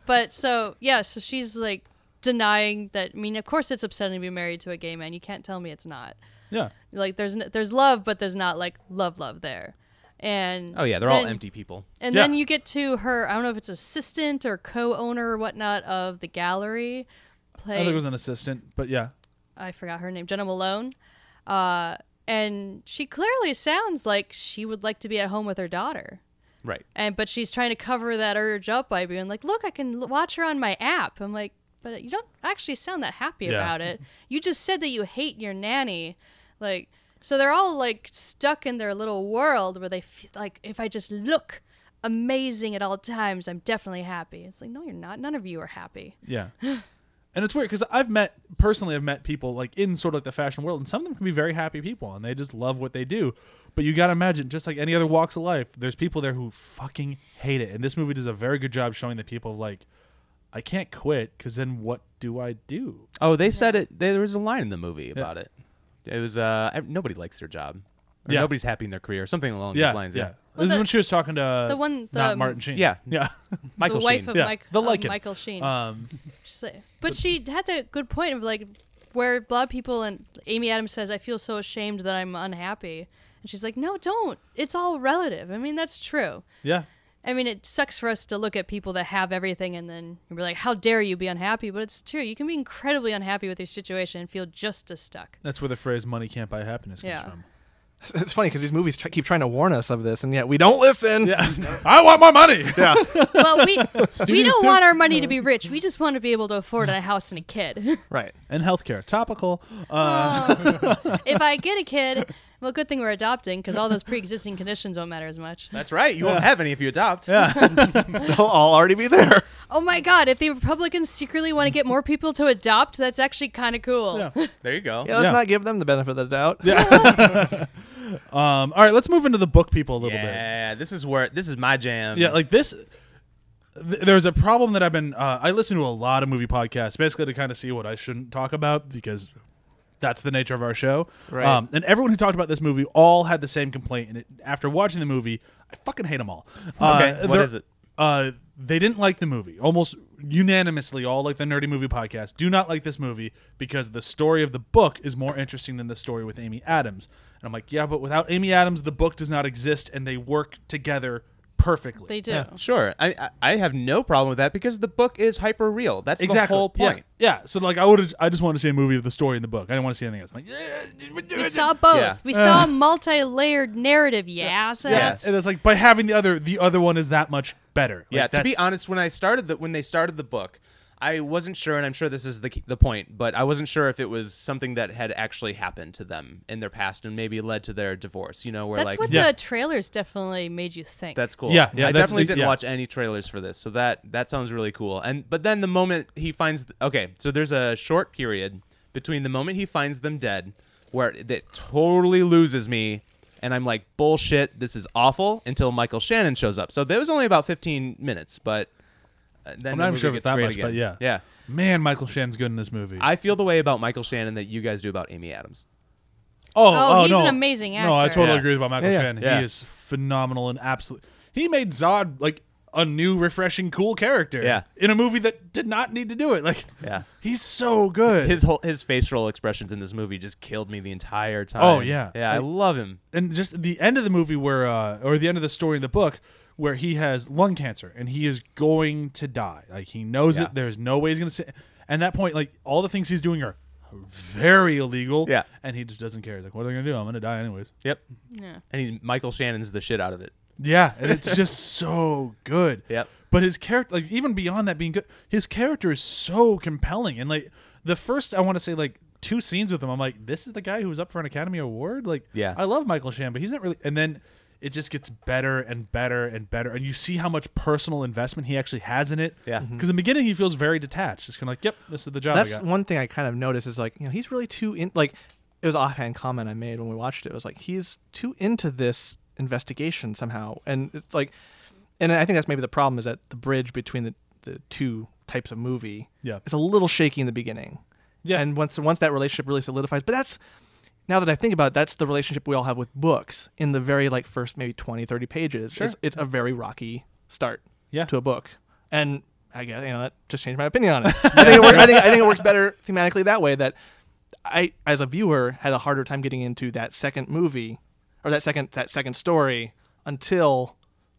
[SPEAKER 4] But so yeah, so she's like denying that. I mean, of course, it's upsetting to be married to a gay man. You can't tell me it's not.
[SPEAKER 3] Yeah.
[SPEAKER 4] like there's n- there's love but there's not like love love there and
[SPEAKER 2] oh yeah, they're all
[SPEAKER 4] then-
[SPEAKER 2] empty people.
[SPEAKER 4] and
[SPEAKER 3] Yeah.
[SPEAKER 4] then you get to her i don't know if it's assistant or co-owner or whatnot of the gallery
[SPEAKER 3] I
[SPEAKER 2] Oh,
[SPEAKER 4] play
[SPEAKER 3] think it was an assistant, but yeah.
[SPEAKER 4] I forgot her name jenna malone uh, and she clearly sounds like she would like to be at home with her daughter
[SPEAKER 2] Right.
[SPEAKER 4] and but she's trying to cover that urge up by being like look i can l- watch her on my app i'm like but you don't actually sound that happy
[SPEAKER 3] Yeah.
[SPEAKER 4] about it you just said that you hate your nanny like so they're all like stuck in their little world where they feel like if i just look amazing at all times i'm definitely happy it's like no you're not none of you are happy *gasps*
[SPEAKER 3] Yeah. and it's weird because I've met, personally, I've met people like in sort of like the fashion world, and some of them can be very happy people and they just love what they do. But you got to imagine, just like any other walks of life, there's people there who fucking hate it. And this movie does a very good job showing the people, like, I can't quit because then what do I do?
[SPEAKER 2] Oh, they said it. There was a line in the movie about it. It was uh, ev- nobody likes their job. Or
[SPEAKER 3] Yeah.
[SPEAKER 2] Nobody's happy in their career. Something along those lines. Yeah.
[SPEAKER 3] this is
[SPEAKER 4] the-
[SPEAKER 3] when she was talking to
[SPEAKER 4] the one- the- um,
[SPEAKER 3] not Martin Sheen.
[SPEAKER 2] Yeah.
[SPEAKER 4] *laughs*
[SPEAKER 3] yeah,
[SPEAKER 2] Michael
[SPEAKER 4] the wife
[SPEAKER 2] Sheen.
[SPEAKER 4] of,
[SPEAKER 3] Yeah,
[SPEAKER 4] Mike,
[SPEAKER 3] the
[SPEAKER 4] of
[SPEAKER 3] Lycan.
[SPEAKER 4] michael sheen
[SPEAKER 3] um,
[SPEAKER 4] She's like- but she had that good point of like where a lot of people and Amy Adams says, "I feel so ashamed that I'm unhappy," and she's like, "No, don't. It's all relative. I mean, that's true.
[SPEAKER 3] yeah.
[SPEAKER 4] I mean, it sucks for us to look at people that have everything and then we're like, how dare you be unhappy?' But it's true. You can be incredibly unhappy with your situation and feel just as stuck.
[SPEAKER 3] That's where the phrase "money can't buy happiness" comes
[SPEAKER 4] Yeah.
[SPEAKER 3] from.
[SPEAKER 6] it's funny because these movies try keep trying to warn us of this, and yet we don't listen.
[SPEAKER 3] Yeah, I want more money. *laughs*
[SPEAKER 6] yeah.
[SPEAKER 4] well, we we
[SPEAKER 5] Studios
[SPEAKER 4] don't
[SPEAKER 5] do-
[SPEAKER 4] want our money to be rich. We just want to be able to afford a house and a kid. *laughs*
[SPEAKER 6] right.
[SPEAKER 3] And healthcare, topical.
[SPEAKER 4] if I get a kid, well, good thing we're adopting because all those pre-existing conditions won't matter as much.
[SPEAKER 2] That's right. You won't have any if you adopt.
[SPEAKER 6] They'll all already
[SPEAKER 3] *laughs*
[SPEAKER 6] be there.
[SPEAKER 4] Oh my god, if the Republicans secretly want to get more people to adopt, that's actually kind of cool.
[SPEAKER 3] Yeah.
[SPEAKER 2] *laughs* There you go.
[SPEAKER 6] Yeah, let's
[SPEAKER 3] Yeah.
[SPEAKER 6] not give them the benefit of the doubt.
[SPEAKER 3] Um, all right, let's move into the book people a little bit.
[SPEAKER 2] Yeah, this is where this is my jam.
[SPEAKER 3] Yeah, like this. Th- there's a problem that I've been. Uh, I listen to a lot of movie podcasts, basically to kind of see what I shouldn't talk about because that's the nature of our show.
[SPEAKER 6] Right.
[SPEAKER 3] Um, and everyone who talked about this movie all had the same complaint. And it, after watching the movie, I fucking hate them all.
[SPEAKER 2] Okay, what
[SPEAKER 3] they're-
[SPEAKER 2] is it?
[SPEAKER 3] Uh, they didn't like the movie almost unanimously. All like the nerdy movie podcast do not like this movie because the story of the book is more interesting than the story with Amy Adams. And I'm like, yeah, but without Amy Adams, the book does not exist, and they work together perfectly.
[SPEAKER 4] *laughs* They do.
[SPEAKER 2] sure. I, I I have no problem with that because the book is hyper real. That's
[SPEAKER 3] exactly.
[SPEAKER 2] the whole
[SPEAKER 3] Yeah.
[SPEAKER 2] point.
[SPEAKER 3] Yeah. So like, I would. I just wanted to see a movie of the story in the book. I didn't want to see anything else. I'm like, yeah.
[SPEAKER 4] We saw both.
[SPEAKER 2] Yeah.
[SPEAKER 4] We saw a multi-layered narrative. Yeah,
[SPEAKER 2] Yes.
[SPEAKER 3] And it's like by having the other, the other one is that much better. Like,
[SPEAKER 2] Yeah, to be
[SPEAKER 3] that's-
[SPEAKER 2] honest, when I started the when they started the book, I wasn't sure, and I'm sure this is the key- the point, but I wasn't sure if it was something that had actually happened to them in their past and maybe led to their divorce. You know, where
[SPEAKER 4] That's
[SPEAKER 2] like
[SPEAKER 4] what
[SPEAKER 3] Yeah.
[SPEAKER 4] the trailers definitely made you think.
[SPEAKER 2] that's cool.
[SPEAKER 3] Yeah, yeah,
[SPEAKER 2] I
[SPEAKER 3] that's
[SPEAKER 2] definitely
[SPEAKER 3] the-
[SPEAKER 2] didn't
[SPEAKER 3] yeah.
[SPEAKER 2] watch any trailers for this, so that that sounds really cool. And but then the moment he finds okay, so there's a short period between the moment he finds them dead, where it- that totally loses me. And I'm like, bullshit, this is awful until Michael Shannon shows up. So that was only about 15 minutes, but uh, then
[SPEAKER 3] I'm
[SPEAKER 2] the
[SPEAKER 3] not even
[SPEAKER 2] movie
[SPEAKER 3] sure if it's
[SPEAKER 2] gets
[SPEAKER 3] that
[SPEAKER 2] great
[SPEAKER 3] much,
[SPEAKER 2] again.
[SPEAKER 3] but yeah.
[SPEAKER 2] yeah.
[SPEAKER 3] Man, Michael Shannon's good in this movie.
[SPEAKER 2] I feel the way about Michael Shannon that you guys do about Amy Adams.
[SPEAKER 3] oh,
[SPEAKER 4] Oh,
[SPEAKER 3] oh,
[SPEAKER 4] he's
[SPEAKER 3] no.
[SPEAKER 4] an amazing
[SPEAKER 3] No, I
[SPEAKER 4] actor.
[SPEAKER 3] totally
[SPEAKER 2] Yeah.
[SPEAKER 3] agree with about Michael
[SPEAKER 6] Yeah, yeah.
[SPEAKER 3] Shannon.
[SPEAKER 2] Yeah.
[SPEAKER 3] He is phenomenal and absolutely. He made Zod like a new, refreshing, cool character.
[SPEAKER 2] Yeah.
[SPEAKER 3] In a movie that did not need to do it. Like,
[SPEAKER 2] Yeah.
[SPEAKER 3] he's so good.
[SPEAKER 2] His whole his facial expressions in this movie just killed me the entire time.
[SPEAKER 3] Oh, yeah.
[SPEAKER 2] yeah, I,
[SPEAKER 3] I-
[SPEAKER 2] love him.
[SPEAKER 3] and just the end of the movie where uh, or the end of the story in the book where he has lung cancer and he is going to die like he knows
[SPEAKER 2] Yeah.
[SPEAKER 3] it there's no way he's going to sit and that point like all the things he's doing are very illegal
[SPEAKER 2] Yeah.
[SPEAKER 3] and he just doesn't care he's like what are they going to do i'm going to die anyways
[SPEAKER 2] Yep,
[SPEAKER 4] Yeah.
[SPEAKER 2] and he's Michael Shannon's the shit out of it.
[SPEAKER 3] yeah and it's just so
[SPEAKER 6] *laughs*
[SPEAKER 3] good
[SPEAKER 2] Yep.
[SPEAKER 3] but his character like even beyond that being good his character is so compelling and like the first i want to say like two scenes with him i'm like this is the guy who was up for an academy award like
[SPEAKER 2] Yeah.
[SPEAKER 3] i love michael shan but he's not really and then it just gets better and better and better and you see how much personal investment he actually has in it
[SPEAKER 2] Yeah.
[SPEAKER 3] because
[SPEAKER 2] Mhm.
[SPEAKER 3] in the beginning he feels very detached just kind of like yep this is the job I
[SPEAKER 6] That's
[SPEAKER 3] got.
[SPEAKER 6] one thing I kind of noticed is like, you know, he's really too in like it was an offhand comment I made when we watched it. It was like he's too into this investigation somehow. And it's like and I think that's maybe the problem is that the bridge between the, the two types of movie
[SPEAKER 3] Yeah.
[SPEAKER 6] is a little shaky in the beginning.
[SPEAKER 3] Yeah.
[SPEAKER 6] And once once that relationship really solidifies, but that's now that I think about it, that's the relationship we all have with books in the very like first maybe 20, 30 pages.
[SPEAKER 3] Sure.
[SPEAKER 6] It's it's a very rocky start
[SPEAKER 3] Yeah.
[SPEAKER 6] to a book. And I guess you know that just changed my opinion
[SPEAKER 3] *laughs*
[SPEAKER 6] on it. I think it, works, I, think, I think it works better thematically that way. That I, as a viewer, had a harder time getting into that second movie or that second that second story until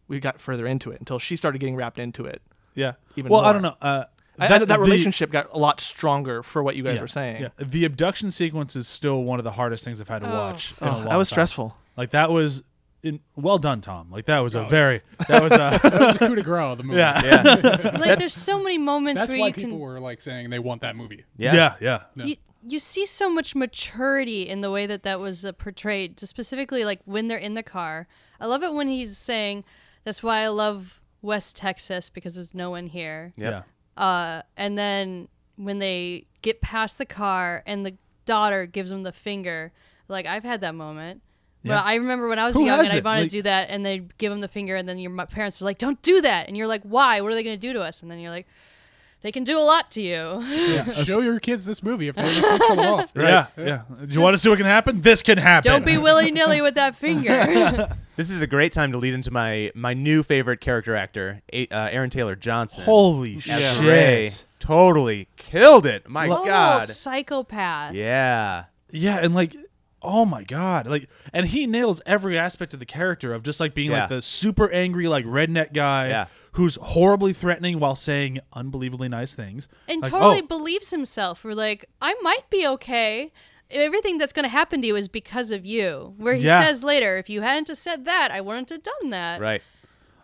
[SPEAKER 6] we got further into it. Until she started getting wrapped into it.
[SPEAKER 3] yeah
[SPEAKER 6] even
[SPEAKER 3] well i
[SPEAKER 6] more.
[SPEAKER 3] don't know uh
[SPEAKER 6] I- That, that,
[SPEAKER 3] the-
[SPEAKER 6] relationship got a lot stronger for what you guys
[SPEAKER 3] yeah,
[SPEAKER 6] were saying.
[SPEAKER 3] yeah. the abduction sequence is still one of the hardest things i've had to
[SPEAKER 4] Oh.
[SPEAKER 3] watch in a
[SPEAKER 6] Oh, that
[SPEAKER 3] long
[SPEAKER 6] was
[SPEAKER 3] time.
[SPEAKER 6] stressful.
[SPEAKER 3] Like that was in, well done, Tom. Like that was
[SPEAKER 2] Oh,
[SPEAKER 3] a very that was a
[SPEAKER 5] That was a coup de grace of the movie.
[SPEAKER 3] yeah
[SPEAKER 2] Yeah,
[SPEAKER 4] Like there's so many moments
[SPEAKER 5] That's
[SPEAKER 4] where
[SPEAKER 5] why
[SPEAKER 4] you
[SPEAKER 5] people
[SPEAKER 4] can
[SPEAKER 5] were like saying they want that movie.
[SPEAKER 2] yeah,
[SPEAKER 3] yeah yeah.
[SPEAKER 4] you, you see so much maturity in the way that that was uh, portrayed to specifically like when they're in the car i love it when he's saying that's why i love west texas because there's no one here
[SPEAKER 2] Yep.
[SPEAKER 4] uh, and then when they get past the car and the daughter gives him the finger like i've had that moment but
[SPEAKER 3] Yeah.
[SPEAKER 4] I remember when I was
[SPEAKER 3] Who
[SPEAKER 4] young and I
[SPEAKER 3] hasn't?
[SPEAKER 4] wanted
[SPEAKER 3] Like-
[SPEAKER 4] to do that, and they give him the finger, and then your mu- parents are like, "Don't do that," and you're like, "Why? What are they going to do to us?" And then you're like, "They can do a lot to you." *laughs*
[SPEAKER 5] Show your kids this movie if they're going to so off.
[SPEAKER 3] *laughs* Yeah. Yeah, yeah. Do you want to see what can happen? This can happen.
[SPEAKER 4] Don't be willy nilly
[SPEAKER 3] *laughs*
[SPEAKER 4] with that
[SPEAKER 3] Oh
[SPEAKER 4] finger.
[SPEAKER 2] This is a great time to lead into my my new favorite character actor, A- uh, Aaron Taylor Johnson.
[SPEAKER 3] Holy
[SPEAKER 2] As
[SPEAKER 3] shit!
[SPEAKER 2] Ray. totally killed it. My
[SPEAKER 4] Total
[SPEAKER 2] God,
[SPEAKER 4] psychopath.
[SPEAKER 2] yeah,
[SPEAKER 3] Yeah, and like, oh my god, like, and he nails every aspect of the character of just like being
[SPEAKER 2] Yeah.
[SPEAKER 3] like the super angry like redneck guy
[SPEAKER 2] Yeah.
[SPEAKER 3] who's horribly threatening while saying unbelievably nice things
[SPEAKER 4] And
[SPEAKER 3] Like,
[SPEAKER 4] totally
[SPEAKER 3] oh,
[SPEAKER 4] believes himself. We're like, I might be okay. Everything that's going to happen to you is because of you. Where he
[SPEAKER 3] Yeah.
[SPEAKER 4] says later, if you hadn't have said that, I wouldn't have done that.
[SPEAKER 2] right.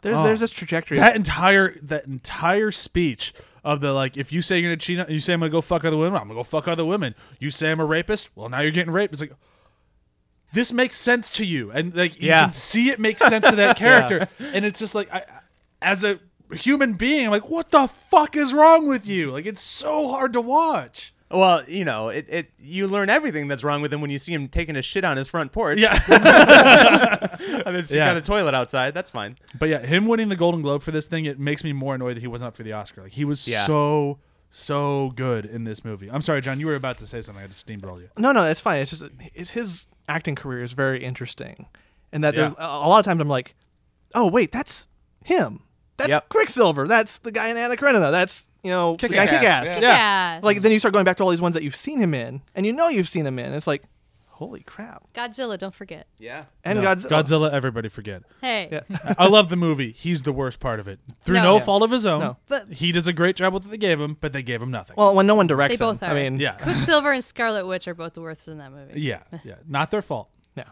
[SPEAKER 6] There's there's this trajectory.
[SPEAKER 3] Oh. that entire that entire speech of the like if you say you're gonna cheat on you say I'm gonna go fuck other women, I'm gonna go fuck other women. You say I'm a rapist, well now you're getting raped. It's like this makes sense to you. And like you
[SPEAKER 2] Yeah.
[SPEAKER 3] can see it makes sense *laughs* to that character. And it's just like I as a human being, I'm like, what the fuck is wrong with you? Like it's so hard to watch.
[SPEAKER 2] Well, you know, it, it you learn everything that's wrong with him when you see him taking a shit on his front porch. *laughs*
[SPEAKER 3] Yeah.
[SPEAKER 2] and there's
[SPEAKER 3] Yeah.
[SPEAKER 2] got a toilet outside. That's fine.
[SPEAKER 3] But yeah, him winning the Golden Globe for this thing, it makes me more annoyed that he wasn't up for the Oscar. Like he was
[SPEAKER 2] Yeah.
[SPEAKER 3] so so good in this movie. I'm sorry, John, you were about to say something. I just steamrolled you.
[SPEAKER 6] No, no, it's fine. It's just it's his acting career is very interesting, and that there's
[SPEAKER 3] Yeah.
[SPEAKER 6] a a lot of times I'm like, oh wait, that's him. That's
[SPEAKER 2] Yep.
[SPEAKER 6] Quicksilver. That's the guy in Anna Karenina. That's you know the guy
[SPEAKER 2] Kick-Ass,
[SPEAKER 6] Kick Ass.
[SPEAKER 2] yeah.
[SPEAKER 4] Yes.
[SPEAKER 6] Like then you start going back to all these ones that you've seen him in, and you know you've seen him in. It's like, holy crap!
[SPEAKER 4] Godzilla, don't forget.
[SPEAKER 2] Yeah.
[SPEAKER 6] And
[SPEAKER 3] No,
[SPEAKER 6] Godzilla.
[SPEAKER 3] Godzilla, everybody forget.
[SPEAKER 4] Hey.
[SPEAKER 6] Yeah.
[SPEAKER 3] I love the movie. He's the worst part of it. Through
[SPEAKER 4] No.
[SPEAKER 3] no,
[SPEAKER 4] Yeah.
[SPEAKER 3] fault of his own,
[SPEAKER 6] No.
[SPEAKER 4] But-
[SPEAKER 3] he does a great job with what they gave him, but they gave him nothing.
[SPEAKER 6] Well, when no one directs
[SPEAKER 4] They both
[SPEAKER 6] him,
[SPEAKER 4] are.
[SPEAKER 6] I mean,
[SPEAKER 3] yeah,
[SPEAKER 4] Quicksilver and Scarlet Witch are both the worst in that movie.
[SPEAKER 3] yeah, yeah. Not their fault,
[SPEAKER 6] no.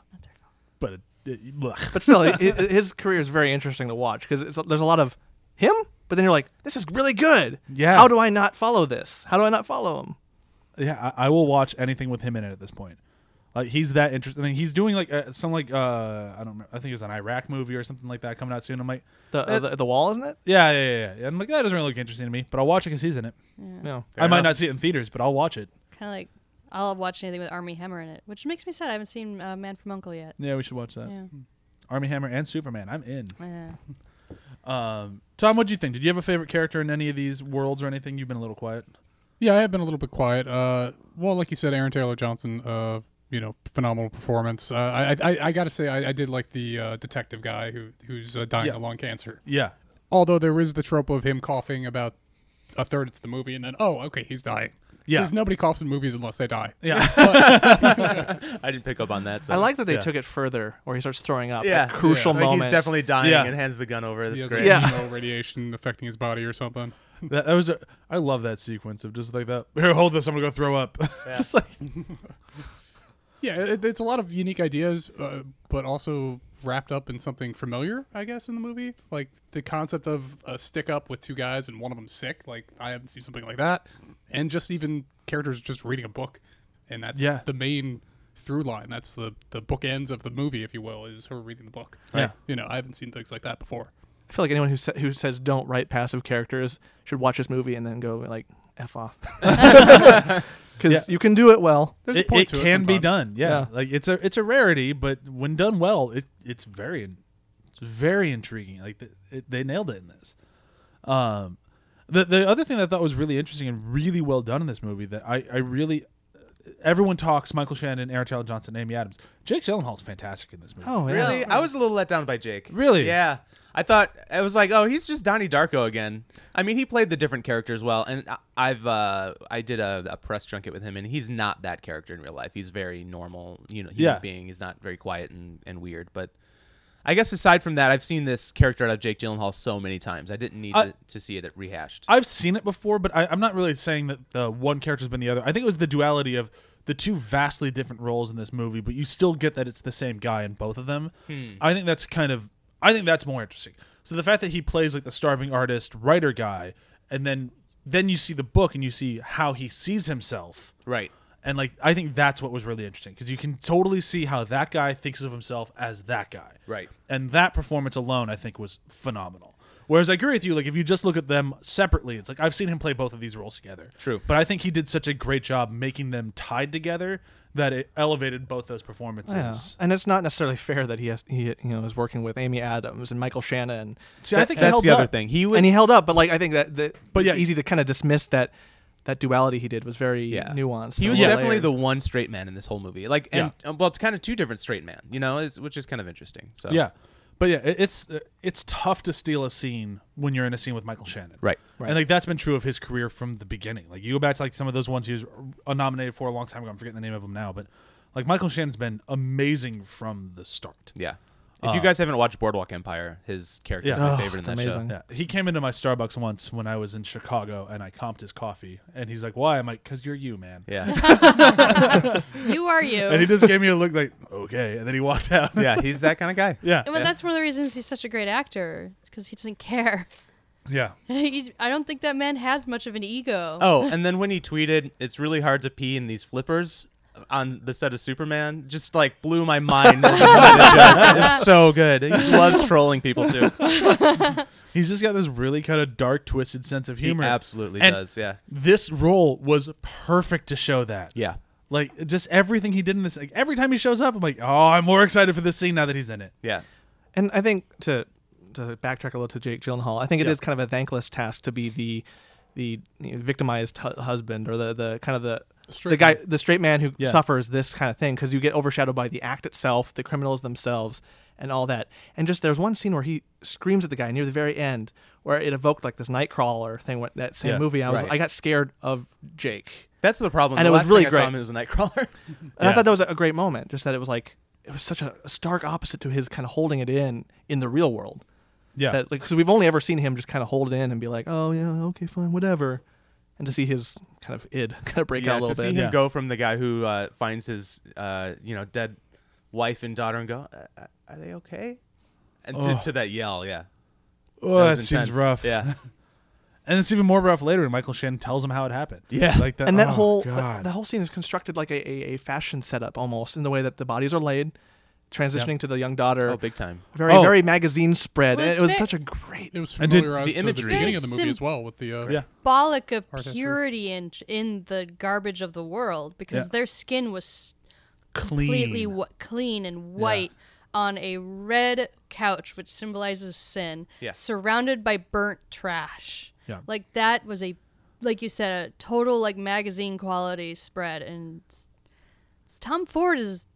[SPEAKER 3] but it, it- blech.
[SPEAKER 6] But still, i- i- his career is very interesting to watch because there's a lot of him, but then you're like, this is really good.
[SPEAKER 3] Yeah.
[SPEAKER 6] How do I not follow this? How do I not follow him?
[SPEAKER 3] yeah. I, I will watch anything with him in it at this point. Like he's that interesting. I mean, he's doing like uh, some like uh I don't remember. I think it was an Iraq movie or something like that coming out soon. I'm like,
[SPEAKER 6] The uh, the, the wall, isn't it?
[SPEAKER 3] yeah, yeah, yeah. yeah. I'm like that doesn't really look interesting to me, but I'll watch it because he's in it.
[SPEAKER 6] No.
[SPEAKER 3] I might
[SPEAKER 2] enough.
[SPEAKER 3] not see it in theaters, but I'll watch it.
[SPEAKER 4] Kind of like, I'll watch anything with Army Hammer in it, which makes me sad. I haven't seen uh, Man from Uncle yet.
[SPEAKER 3] Yeah, we should watch that.
[SPEAKER 4] Yeah.
[SPEAKER 3] Army Hammer and Superman. I'm in.
[SPEAKER 4] Yeah.
[SPEAKER 3] Um, Tom, what do you think? Did you have a favorite character in any of these worlds or anything? You've been a little quiet.
[SPEAKER 5] Yeah, I have been a little bit quiet. Uh, well, like you said, Aaron Taylor Johnson, uh, you know, phenomenal performance. Uh, I, I, I got to say, I, I did like the uh, detective guy who who's uh, dying
[SPEAKER 3] Yeah.
[SPEAKER 5] of lung cancer.
[SPEAKER 3] *laughs* Yeah,
[SPEAKER 5] Although there is the trope of him coughing about a third of the movie, and then oh, okay, he's dying.
[SPEAKER 3] Yeah.
[SPEAKER 5] because nobody coughs in movies unless they die.
[SPEAKER 3] yeah.
[SPEAKER 2] I didn't pick up on that. So.
[SPEAKER 6] I like that they
[SPEAKER 3] Yeah.
[SPEAKER 6] took it further, where he starts throwing up.
[SPEAKER 2] yeah
[SPEAKER 6] Yeah, crucial
[SPEAKER 2] Like,
[SPEAKER 6] moment.
[SPEAKER 2] He's definitely dying
[SPEAKER 3] Yeah.
[SPEAKER 2] and hands the gun over.
[SPEAKER 5] He
[SPEAKER 2] That's
[SPEAKER 5] has
[SPEAKER 2] great.
[SPEAKER 5] like
[SPEAKER 6] Yeah.
[SPEAKER 5] chemo radiation affecting his body or something.
[SPEAKER 3] That, that was a. I love that sequence of just like that. Here, hold this. I'm gonna go throw up. *laughs* it's just like
[SPEAKER 5] Yeah, it, it's a lot of unique ideas, uh, but also wrapped up in something familiar, I guess, in the movie. Like the concept of a stick up with two guys and one of them sick. Like I haven't seen something like that, and just even characters just reading a book, and that's
[SPEAKER 3] Yeah.
[SPEAKER 5] the main through line. That's the the bookends of the movie, if you will, is her reading the book.
[SPEAKER 3] Yeah.
[SPEAKER 5] you know, I haven't seen things like that before.
[SPEAKER 6] I feel like anyone who sa- who says don't write passive characters should watch this movie and then go like
[SPEAKER 3] *laughs*
[SPEAKER 6] f off, *laughs* because
[SPEAKER 3] Yeah.
[SPEAKER 6] you can do it well.
[SPEAKER 5] There's
[SPEAKER 3] it,
[SPEAKER 5] a point
[SPEAKER 3] it
[SPEAKER 5] to
[SPEAKER 3] can
[SPEAKER 5] it
[SPEAKER 3] be
[SPEAKER 5] sometimes.
[SPEAKER 3] done. Yeah.
[SPEAKER 6] Yeah.
[SPEAKER 3] like it's a it's a rarity, but when done well, it it's very it's very intriguing. Like th it, they nailed it in this. Um, the the other thing that I thought was really interesting and really well done in this movie that I I really everyone talks Michael Shannon, Aaron Taylor Johnson, Amy Adams, Jake Gyllenhaal's fantastic in this movie.
[SPEAKER 6] Oh, yeah.
[SPEAKER 2] Really, I was a little let down by Jake.
[SPEAKER 3] Really?
[SPEAKER 2] Yeah. I thought I was like, oh, he's just Donnie Darko again. I mean, he played the different characters well, and I- I've uh, I did a, a press junket with him, and he's not that character in real life. He's very normal, you know, human
[SPEAKER 3] Yeah.
[SPEAKER 2] being. He's not very quiet and, and weird. But I guess aside from that, I've seen this character out of Jake Gyllenhaal so many times. I didn't need
[SPEAKER 3] I-
[SPEAKER 2] to, to see it rehashed.
[SPEAKER 3] I've seen it before, but I, I'm not really saying that the one character's been the other. I think it was the duality of the two vastly different roles in this movie, but you still get that it's the same guy in both of them. I think that's kind of I think that's more interesting. So the fact that he plays like the starving artist writer guy, and then then you see the book and you see how he sees himself.
[SPEAKER 2] right.
[SPEAKER 3] And like I think that's what was really interesting because you can totally see how that guy thinks of himself as that guy.
[SPEAKER 2] Right.
[SPEAKER 3] And that performance alone I think was phenomenal. Whereas I agree with you like if you just look at them separately it's like I've seen him play both of these roles together.
[SPEAKER 2] True.
[SPEAKER 3] But I think he did such a great job making them tied together that it elevated both those performances.
[SPEAKER 6] and it's not necessarily fair that he has he you know is working with Amy Adams and Michael Shannon.
[SPEAKER 3] See, I think he
[SPEAKER 2] that's
[SPEAKER 3] held
[SPEAKER 2] the other
[SPEAKER 3] up.
[SPEAKER 2] thing. He was
[SPEAKER 6] and he held up, but like I think that, that
[SPEAKER 3] But
[SPEAKER 6] but
[SPEAKER 3] yeah.
[SPEAKER 6] easy to kind of dismiss that that duality he did was very
[SPEAKER 2] yeah.
[SPEAKER 6] nuanced.
[SPEAKER 2] He
[SPEAKER 6] and
[SPEAKER 2] was
[SPEAKER 6] well
[SPEAKER 2] definitely
[SPEAKER 6] layered.
[SPEAKER 2] the one straight man in this whole movie. Like, and um, well, it's kind of two different straight men, you know, is, which is kind of interesting. So
[SPEAKER 3] Yeah. But yeah, it, it's it's tough to steal a scene when you're in a scene with Michael Shannon.
[SPEAKER 2] Right.
[SPEAKER 3] And like that's been true of his career from the beginning. Like you go back to like some of those ones he was uh, nominated for a long time ago. I'm forgetting the name of them now, but like Michael Shannon's been amazing from the start.
[SPEAKER 2] Yeah. If
[SPEAKER 6] Uh,
[SPEAKER 2] you guys haven't watched Boardwalk Empire, his character is
[SPEAKER 3] Yeah.
[SPEAKER 2] my
[SPEAKER 6] Oh,
[SPEAKER 2] favorite in
[SPEAKER 6] it's
[SPEAKER 2] that
[SPEAKER 6] amazing.
[SPEAKER 2] show.
[SPEAKER 3] Yeah. He came into my Starbucks once when I was in Chicago and I comped his coffee and he's like, "Why?" I'm like, "Cuz you're you, man."
[SPEAKER 2] Yeah.
[SPEAKER 3] *laughs*
[SPEAKER 4] You are you.
[SPEAKER 3] And he just gave me a look like, "Okay." And then he walked out.
[SPEAKER 2] yeah, he's that kind of guy.
[SPEAKER 3] *laughs* yeah.
[SPEAKER 4] well, that's one of the reasons he's such a great actor. It's because he doesn't care. *laughs*
[SPEAKER 3] Yeah.
[SPEAKER 4] He's, I don't think that man has much of an ego.
[SPEAKER 2] Oh, and then when he tweeted, it's really hard to pee in these flippers on the set of Superman, just like blew my
[SPEAKER 6] *laughs*
[SPEAKER 2] mind. it's so good. He loves trolling people too.
[SPEAKER 3] He's just got this really kind of dark, twisted sense of humor.
[SPEAKER 2] He absolutely
[SPEAKER 3] And
[SPEAKER 2] does. Yeah.
[SPEAKER 3] This role was perfect to show that.
[SPEAKER 2] Yeah.
[SPEAKER 3] Like just everything he did in this. Like every time he shows up, I'm like, oh, I'm more excited for this scene now that he's in it.
[SPEAKER 2] Yeah.
[SPEAKER 6] And I think to to backtrack a little to Jake Gyllenhaal, I think it is kind of a thankless task to be the the you know, victimized hu- husband or the the kind of the
[SPEAKER 5] Straight
[SPEAKER 6] the guy
[SPEAKER 5] man.
[SPEAKER 6] the straight man who
[SPEAKER 3] Yeah.
[SPEAKER 6] suffers this kind of thing because you get overshadowed by the act itself, the criminals themselves, and all that. And just there's one scene where he screams at the guy near the very end where it evoked like this Nightcrawler thing. What that same
[SPEAKER 3] Yeah,
[SPEAKER 6] movie, I was
[SPEAKER 2] right.
[SPEAKER 6] I got scared of Jake.
[SPEAKER 2] That's the problem.
[SPEAKER 6] And
[SPEAKER 2] The
[SPEAKER 6] it was
[SPEAKER 2] last
[SPEAKER 6] really
[SPEAKER 2] thing I saw
[SPEAKER 6] great.
[SPEAKER 2] him, it was a
[SPEAKER 6] *laughs*
[SPEAKER 2] Nightcrawler.
[SPEAKER 6] And
[SPEAKER 3] Yeah.
[SPEAKER 6] I thought that was a great moment. Just that it was like it was such a, a stark opposite to his kind of holding it in in the real world.
[SPEAKER 3] Yeah.
[SPEAKER 6] That like because we've only ever seen him just kind of hold it in and be like, oh yeah, okay, fine, whatever, and to see his kind of id *laughs* kind of break
[SPEAKER 2] yeah,
[SPEAKER 6] out a
[SPEAKER 2] to
[SPEAKER 6] little
[SPEAKER 2] see
[SPEAKER 6] bit.
[SPEAKER 2] him
[SPEAKER 3] yeah.
[SPEAKER 2] go from the guy who uh, finds his, uh, you know, dead wife and daughter and go, uh, uh, are they okay? And to, to that yell, yeah.
[SPEAKER 3] oh,
[SPEAKER 2] That
[SPEAKER 3] that,
[SPEAKER 2] was
[SPEAKER 3] seems
[SPEAKER 2] intense.
[SPEAKER 3] rough. *laughs*
[SPEAKER 2] Yeah.
[SPEAKER 3] And it's even more rough later when Michael Shannon tells him how it happened.
[SPEAKER 2] Yeah.
[SPEAKER 3] Like that.
[SPEAKER 6] and that
[SPEAKER 3] oh,
[SPEAKER 6] whole
[SPEAKER 3] God.
[SPEAKER 6] that whole scene is constructed like a, a, a fashion setup almost in the way that the bodies are laid, transitioning to the young daughter.
[SPEAKER 2] Oh, big time.
[SPEAKER 6] Very
[SPEAKER 3] Oh.
[SPEAKER 6] very magazine spread.
[SPEAKER 4] Well,
[SPEAKER 6] and
[SPEAKER 4] it's
[SPEAKER 6] it was
[SPEAKER 4] ve-
[SPEAKER 6] such a great.
[SPEAKER 5] It was
[SPEAKER 3] And did-
[SPEAKER 5] familiarized
[SPEAKER 2] the
[SPEAKER 5] to the
[SPEAKER 2] imagery-
[SPEAKER 5] beginning
[SPEAKER 4] Very
[SPEAKER 5] of the movie
[SPEAKER 4] sim-
[SPEAKER 5] as well with the uh,
[SPEAKER 3] yeah.
[SPEAKER 4] symbolic of
[SPEAKER 5] Art history.
[SPEAKER 4] purity in in the garbage of the world because
[SPEAKER 3] Yeah.
[SPEAKER 4] their skin was
[SPEAKER 3] Clean.
[SPEAKER 4] completely wh- clean and white on a red couch, which symbolizes sin,
[SPEAKER 2] Yeah.
[SPEAKER 4] surrounded by burnt trash.
[SPEAKER 6] Yeah.
[SPEAKER 4] Like that was a, like you said, a total like magazine quality spread, and it's, it's Tom Ford is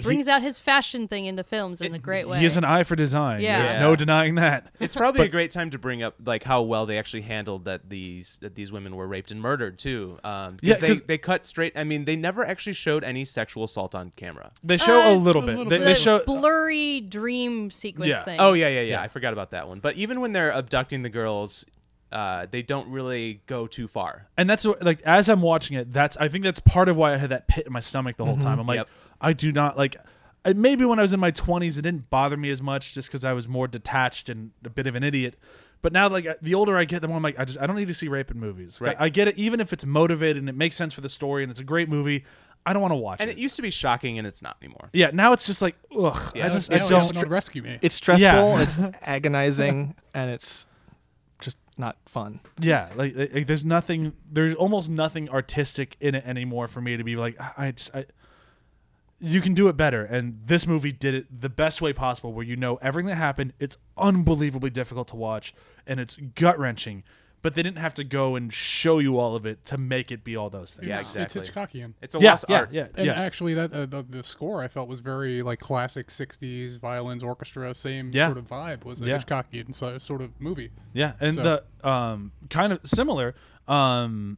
[SPEAKER 4] brings out his fashion thing into films in a great way.
[SPEAKER 3] He has an eye for design.
[SPEAKER 4] Yeah.
[SPEAKER 3] There's
[SPEAKER 2] Yeah.
[SPEAKER 3] no denying that.
[SPEAKER 2] It's probably a great time to bring up like how well they actually handled that these that these women were raped and murdered too. Um, 'cause
[SPEAKER 3] Yeah,
[SPEAKER 2] they
[SPEAKER 3] 'cause-
[SPEAKER 2] they cut straight. I mean, they never actually showed any sexual assault on camera.
[SPEAKER 3] They show
[SPEAKER 4] Uh,
[SPEAKER 3] a little bit. They, they
[SPEAKER 4] the
[SPEAKER 3] show.
[SPEAKER 4] blurry dream sequence
[SPEAKER 3] Yeah.
[SPEAKER 4] thing.
[SPEAKER 2] Oh yeah, yeah, yeah, I forgot about that one. But even when they're abducting the girls, uh, they don't really go too far.
[SPEAKER 3] And that's what, like as I'm watching it, that's I think that's part of why I had that pit in my stomach the whole time. I'm like,
[SPEAKER 2] Mm-hmm. Yep.
[SPEAKER 3] I do not like. and Maybe when I was in my 20s, it didn't bother me as much just because I was more detached and a bit of an idiot. But now, like the older I get, the more I'm like, I just I don't need to see rape in movies.
[SPEAKER 2] Right.
[SPEAKER 3] I, I get it, even if it's motivated and it makes sense for the story and it's a great movie. I don't want to watch
[SPEAKER 2] And
[SPEAKER 3] it.
[SPEAKER 2] it used to be shocking, and it's not anymore.
[SPEAKER 3] yeah, now it's just like, ugh. I
[SPEAKER 2] Yeah,
[SPEAKER 3] just
[SPEAKER 5] Now
[SPEAKER 3] I
[SPEAKER 5] it's
[SPEAKER 3] don't.
[SPEAKER 5] someone to rescue me.
[SPEAKER 6] It's stressful,
[SPEAKER 3] Yeah. *laughs*
[SPEAKER 6] *laughs* it's agonizing, and it's just not fun.
[SPEAKER 3] Yeah, like, like like, there's nothing, there's almost nothing artistic in it anymore for me to be like, I I just, I, you can do it better. And this movie did it the best way possible, where you know everything that happened. It's unbelievably difficult to watch, and it's gut wrenching. But they didn't have to go and show you all of it to make it be all those things.
[SPEAKER 2] Yeah,
[SPEAKER 5] It's-
[SPEAKER 2] exactly.
[SPEAKER 5] It's Hitchcockian.
[SPEAKER 2] It's a
[SPEAKER 3] yeah,
[SPEAKER 2] lost
[SPEAKER 3] yeah,
[SPEAKER 2] art.
[SPEAKER 3] yeah,
[SPEAKER 5] And
[SPEAKER 3] yeah.
[SPEAKER 5] actually, that uh, the, the score I felt was very like classic '60s violins, orchestra, same
[SPEAKER 3] Yeah.
[SPEAKER 5] sort of vibe. Was a
[SPEAKER 3] Yeah.
[SPEAKER 5] Hitchcockian so- sort of movie.
[SPEAKER 3] Yeah, and
[SPEAKER 5] So-
[SPEAKER 3] the um kind of similar. Um,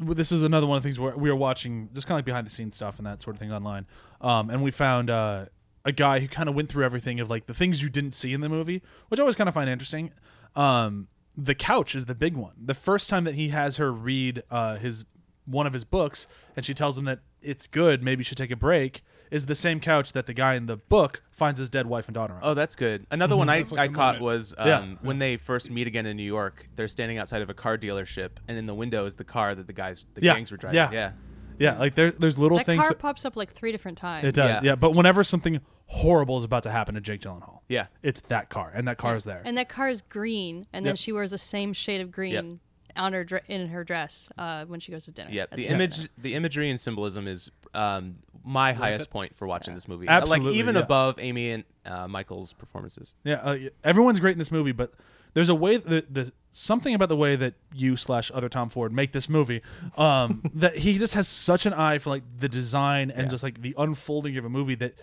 [SPEAKER 3] w- this is another one of the things where we were watching just kind of like behind the scenes stuff and that sort of thing online. Um, and we found uh, a guy who kind of went through everything of like the things you didn't see in the movie, which I always kind of find interesting. Um, the couch is the big one. The first time that he has her read uh, his one of his books, and she tells him that it's good, maybe you should take a break. Is the same couch that the guy in the book finds his dead wife and daughter on.
[SPEAKER 2] Oh, that's good. Another one I,
[SPEAKER 5] That's like
[SPEAKER 2] I
[SPEAKER 5] the
[SPEAKER 2] caught
[SPEAKER 5] moment.
[SPEAKER 2] was um,
[SPEAKER 3] Yeah.
[SPEAKER 2] when they first meet again in New York. They're standing outside of a car dealership, and in the window is the car that the guys, the
[SPEAKER 3] Yeah,
[SPEAKER 2] gangs were driving.
[SPEAKER 3] yeah.
[SPEAKER 2] yeah.
[SPEAKER 3] Yeah, like there, there's little
[SPEAKER 4] that
[SPEAKER 3] things.
[SPEAKER 4] car pops up like three different times.
[SPEAKER 3] It does.
[SPEAKER 2] Yeah.
[SPEAKER 3] Yeah. But whenever something horrible is about to happen to Jake Gyllenhaal,
[SPEAKER 2] Yeah.
[SPEAKER 3] it's that car, and that car is there.
[SPEAKER 4] And that car is green, and then
[SPEAKER 3] Yep.
[SPEAKER 4] she wears the same shade of green on her dre- in her dress uh, when she goes to dinner.
[SPEAKER 2] Yeah,
[SPEAKER 4] at
[SPEAKER 2] the
[SPEAKER 4] end of
[SPEAKER 2] image,
[SPEAKER 4] night.
[SPEAKER 2] the imagery and symbolism is um, my highest point for watching this movie. like
[SPEAKER 3] Absolutely,
[SPEAKER 2] even
[SPEAKER 3] yeah.
[SPEAKER 2] above Amy and uh, Michael's performances.
[SPEAKER 3] yeah, uh, everyone's great in this movie, but there's a way the, the something about the way that you slash other Tom Ford make this movie um, that he just has such an eye for like the design and just like the unfolding of a movie that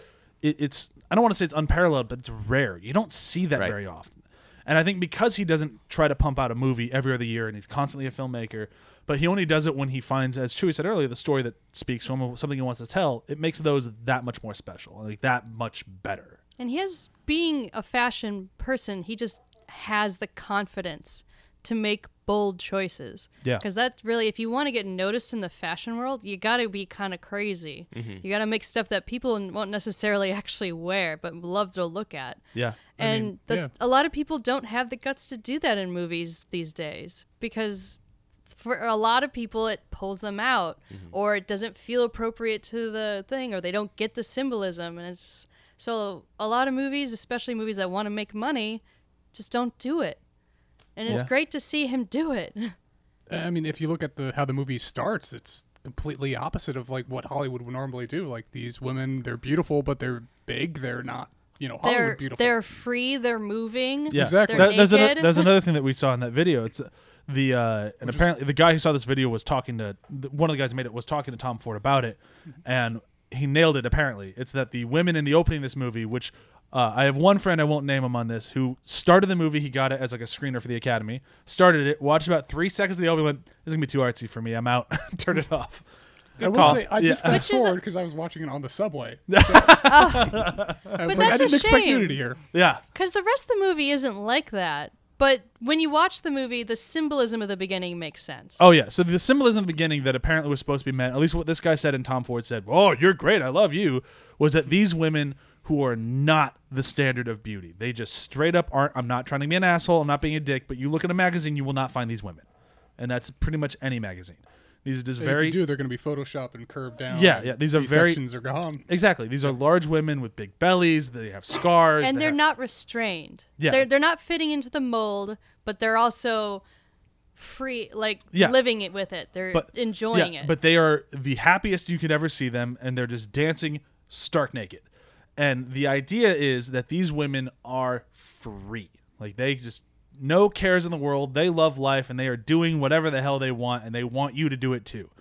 [SPEAKER 3] it, it's I don't want to say it's unparalleled, but it's rare. You don't see that
[SPEAKER 2] Right.
[SPEAKER 3] very often. And I think because he doesn't try to pump out a movie every other year and he's constantly a filmmaker, but he only does it when he finds, as Chewie said earlier, the story that speaks to him, something he wants to tell, it makes those that much more special, like that much better.
[SPEAKER 4] And he has, being a fashion person, he just has the confidence to make bold choices.
[SPEAKER 3] Yeah.
[SPEAKER 4] Because that's really, if you want to get noticed in the fashion world, you got to be kind of crazy.
[SPEAKER 3] Mm-hmm.
[SPEAKER 4] You got to make stuff that people won't necessarily *laughs* actually wear, but love to look at.
[SPEAKER 3] Yeah.
[SPEAKER 4] and
[SPEAKER 5] mean,
[SPEAKER 4] that's a lot of people don't have the guts to do that in movies these days because for a lot of people it pulls them out
[SPEAKER 3] Mm-hmm.
[SPEAKER 4] or it doesn't feel appropriate to the thing or they don't get the symbolism and it's so a lot of movies especially movies that want to make money just don't do it and it's
[SPEAKER 3] Yeah.
[SPEAKER 4] great to see him do it *laughs*
[SPEAKER 5] I mean, if you look at the how the movie starts, it's completely opposite of like what Hollywood would normally do. Like these women, they're beautiful, but they're big. They're not, you know, Hollywood
[SPEAKER 4] they're
[SPEAKER 5] beautiful.
[SPEAKER 4] they're free they're moving
[SPEAKER 3] Yeah,
[SPEAKER 5] Exactly.
[SPEAKER 4] They're
[SPEAKER 3] That- there's, ano-
[SPEAKER 4] naked.
[SPEAKER 3] there's another thing that we saw in that video. It's uh, the uh, and apparently the guy who saw this video was talking to th- one of the guys who made it was talking to Tom Ford about it, and he nailed it. Apparently, it's that the women in the opening of this movie, which uh, I have one friend I won't name him on this, who started the movie. He got it as like a screener for the Academy. Started it, watched about three seconds of the opening, went, "This is gonna be too artsy for me. I'm out." *laughs* Turned it off.
[SPEAKER 5] I will
[SPEAKER 3] call.
[SPEAKER 5] say I
[SPEAKER 3] Yeah.
[SPEAKER 5] did fast
[SPEAKER 4] Which is-
[SPEAKER 5] forward because I was watching it on
[SPEAKER 3] *laughs*
[SPEAKER 5] the subway. So, I was
[SPEAKER 4] But
[SPEAKER 5] like,
[SPEAKER 4] that's
[SPEAKER 5] I
[SPEAKER 4] a
[SPEAKER 5] didn't expect
[SPEAKER 4] shame.
[SPEAKER 5] nudity here.
[SPEAKER 3] Yeah,
[SPEAKER 4] Because the rest of the movie isn't like that. But when you watch the movie, the symbolism of the beginning makes sense.
[SPEAKER 3] Oh yeah. So the symbolism in the beginning that apparently was supposed to be meant, at least what this guy said and Tom Ford said, "Oh, you're great. I love you," was that these women who are not the standard of beauty, they just straight up aren't. I'm not trying to be an asshole. I'm not being a dick. But you look at a magazine, you will not find these women, and that's pretty much any magazine. These are just
[SPEAKER 5] And
[SPEAKER 3] very
[SPEAKER 5] if you do, they're going to be photoshopped and curved down.
[SPEAKER 3] Yeah,
[SPEAKER 5] and
[SPEAKER 3] yeah, these are very-
[SPEAKER 5] C-sections are gone.
[SPEAKER 3] exactly. These are large women with big bellies. They have scars,
[SPEAKER 4] and
[SPEAKER 3] they
[SPEAKER 4] they're
[SPEAKER 3] have-
[SPEAKER 4] not restrained.
[SPEAKER 3] Yeah.
[SPEAKER 4] They're, they're not fitting into the mold, but they're also free, like
[SPEAKER 3] Yeah.
[SPEAKER 4] living it with it. They're
[SPEAKER 3] but
[SPEAKER 4] enjoying
[SPEAKER 3] yeah,
[SPEAKER 4] it.
[SPEAKER 3] But they are the happiest you could ever see them, and they're just dancing stark naked. And the idea is that these women are free. Like they just no cares in the world. They love life and they are doing whatever the hell they want and they want you to do it too.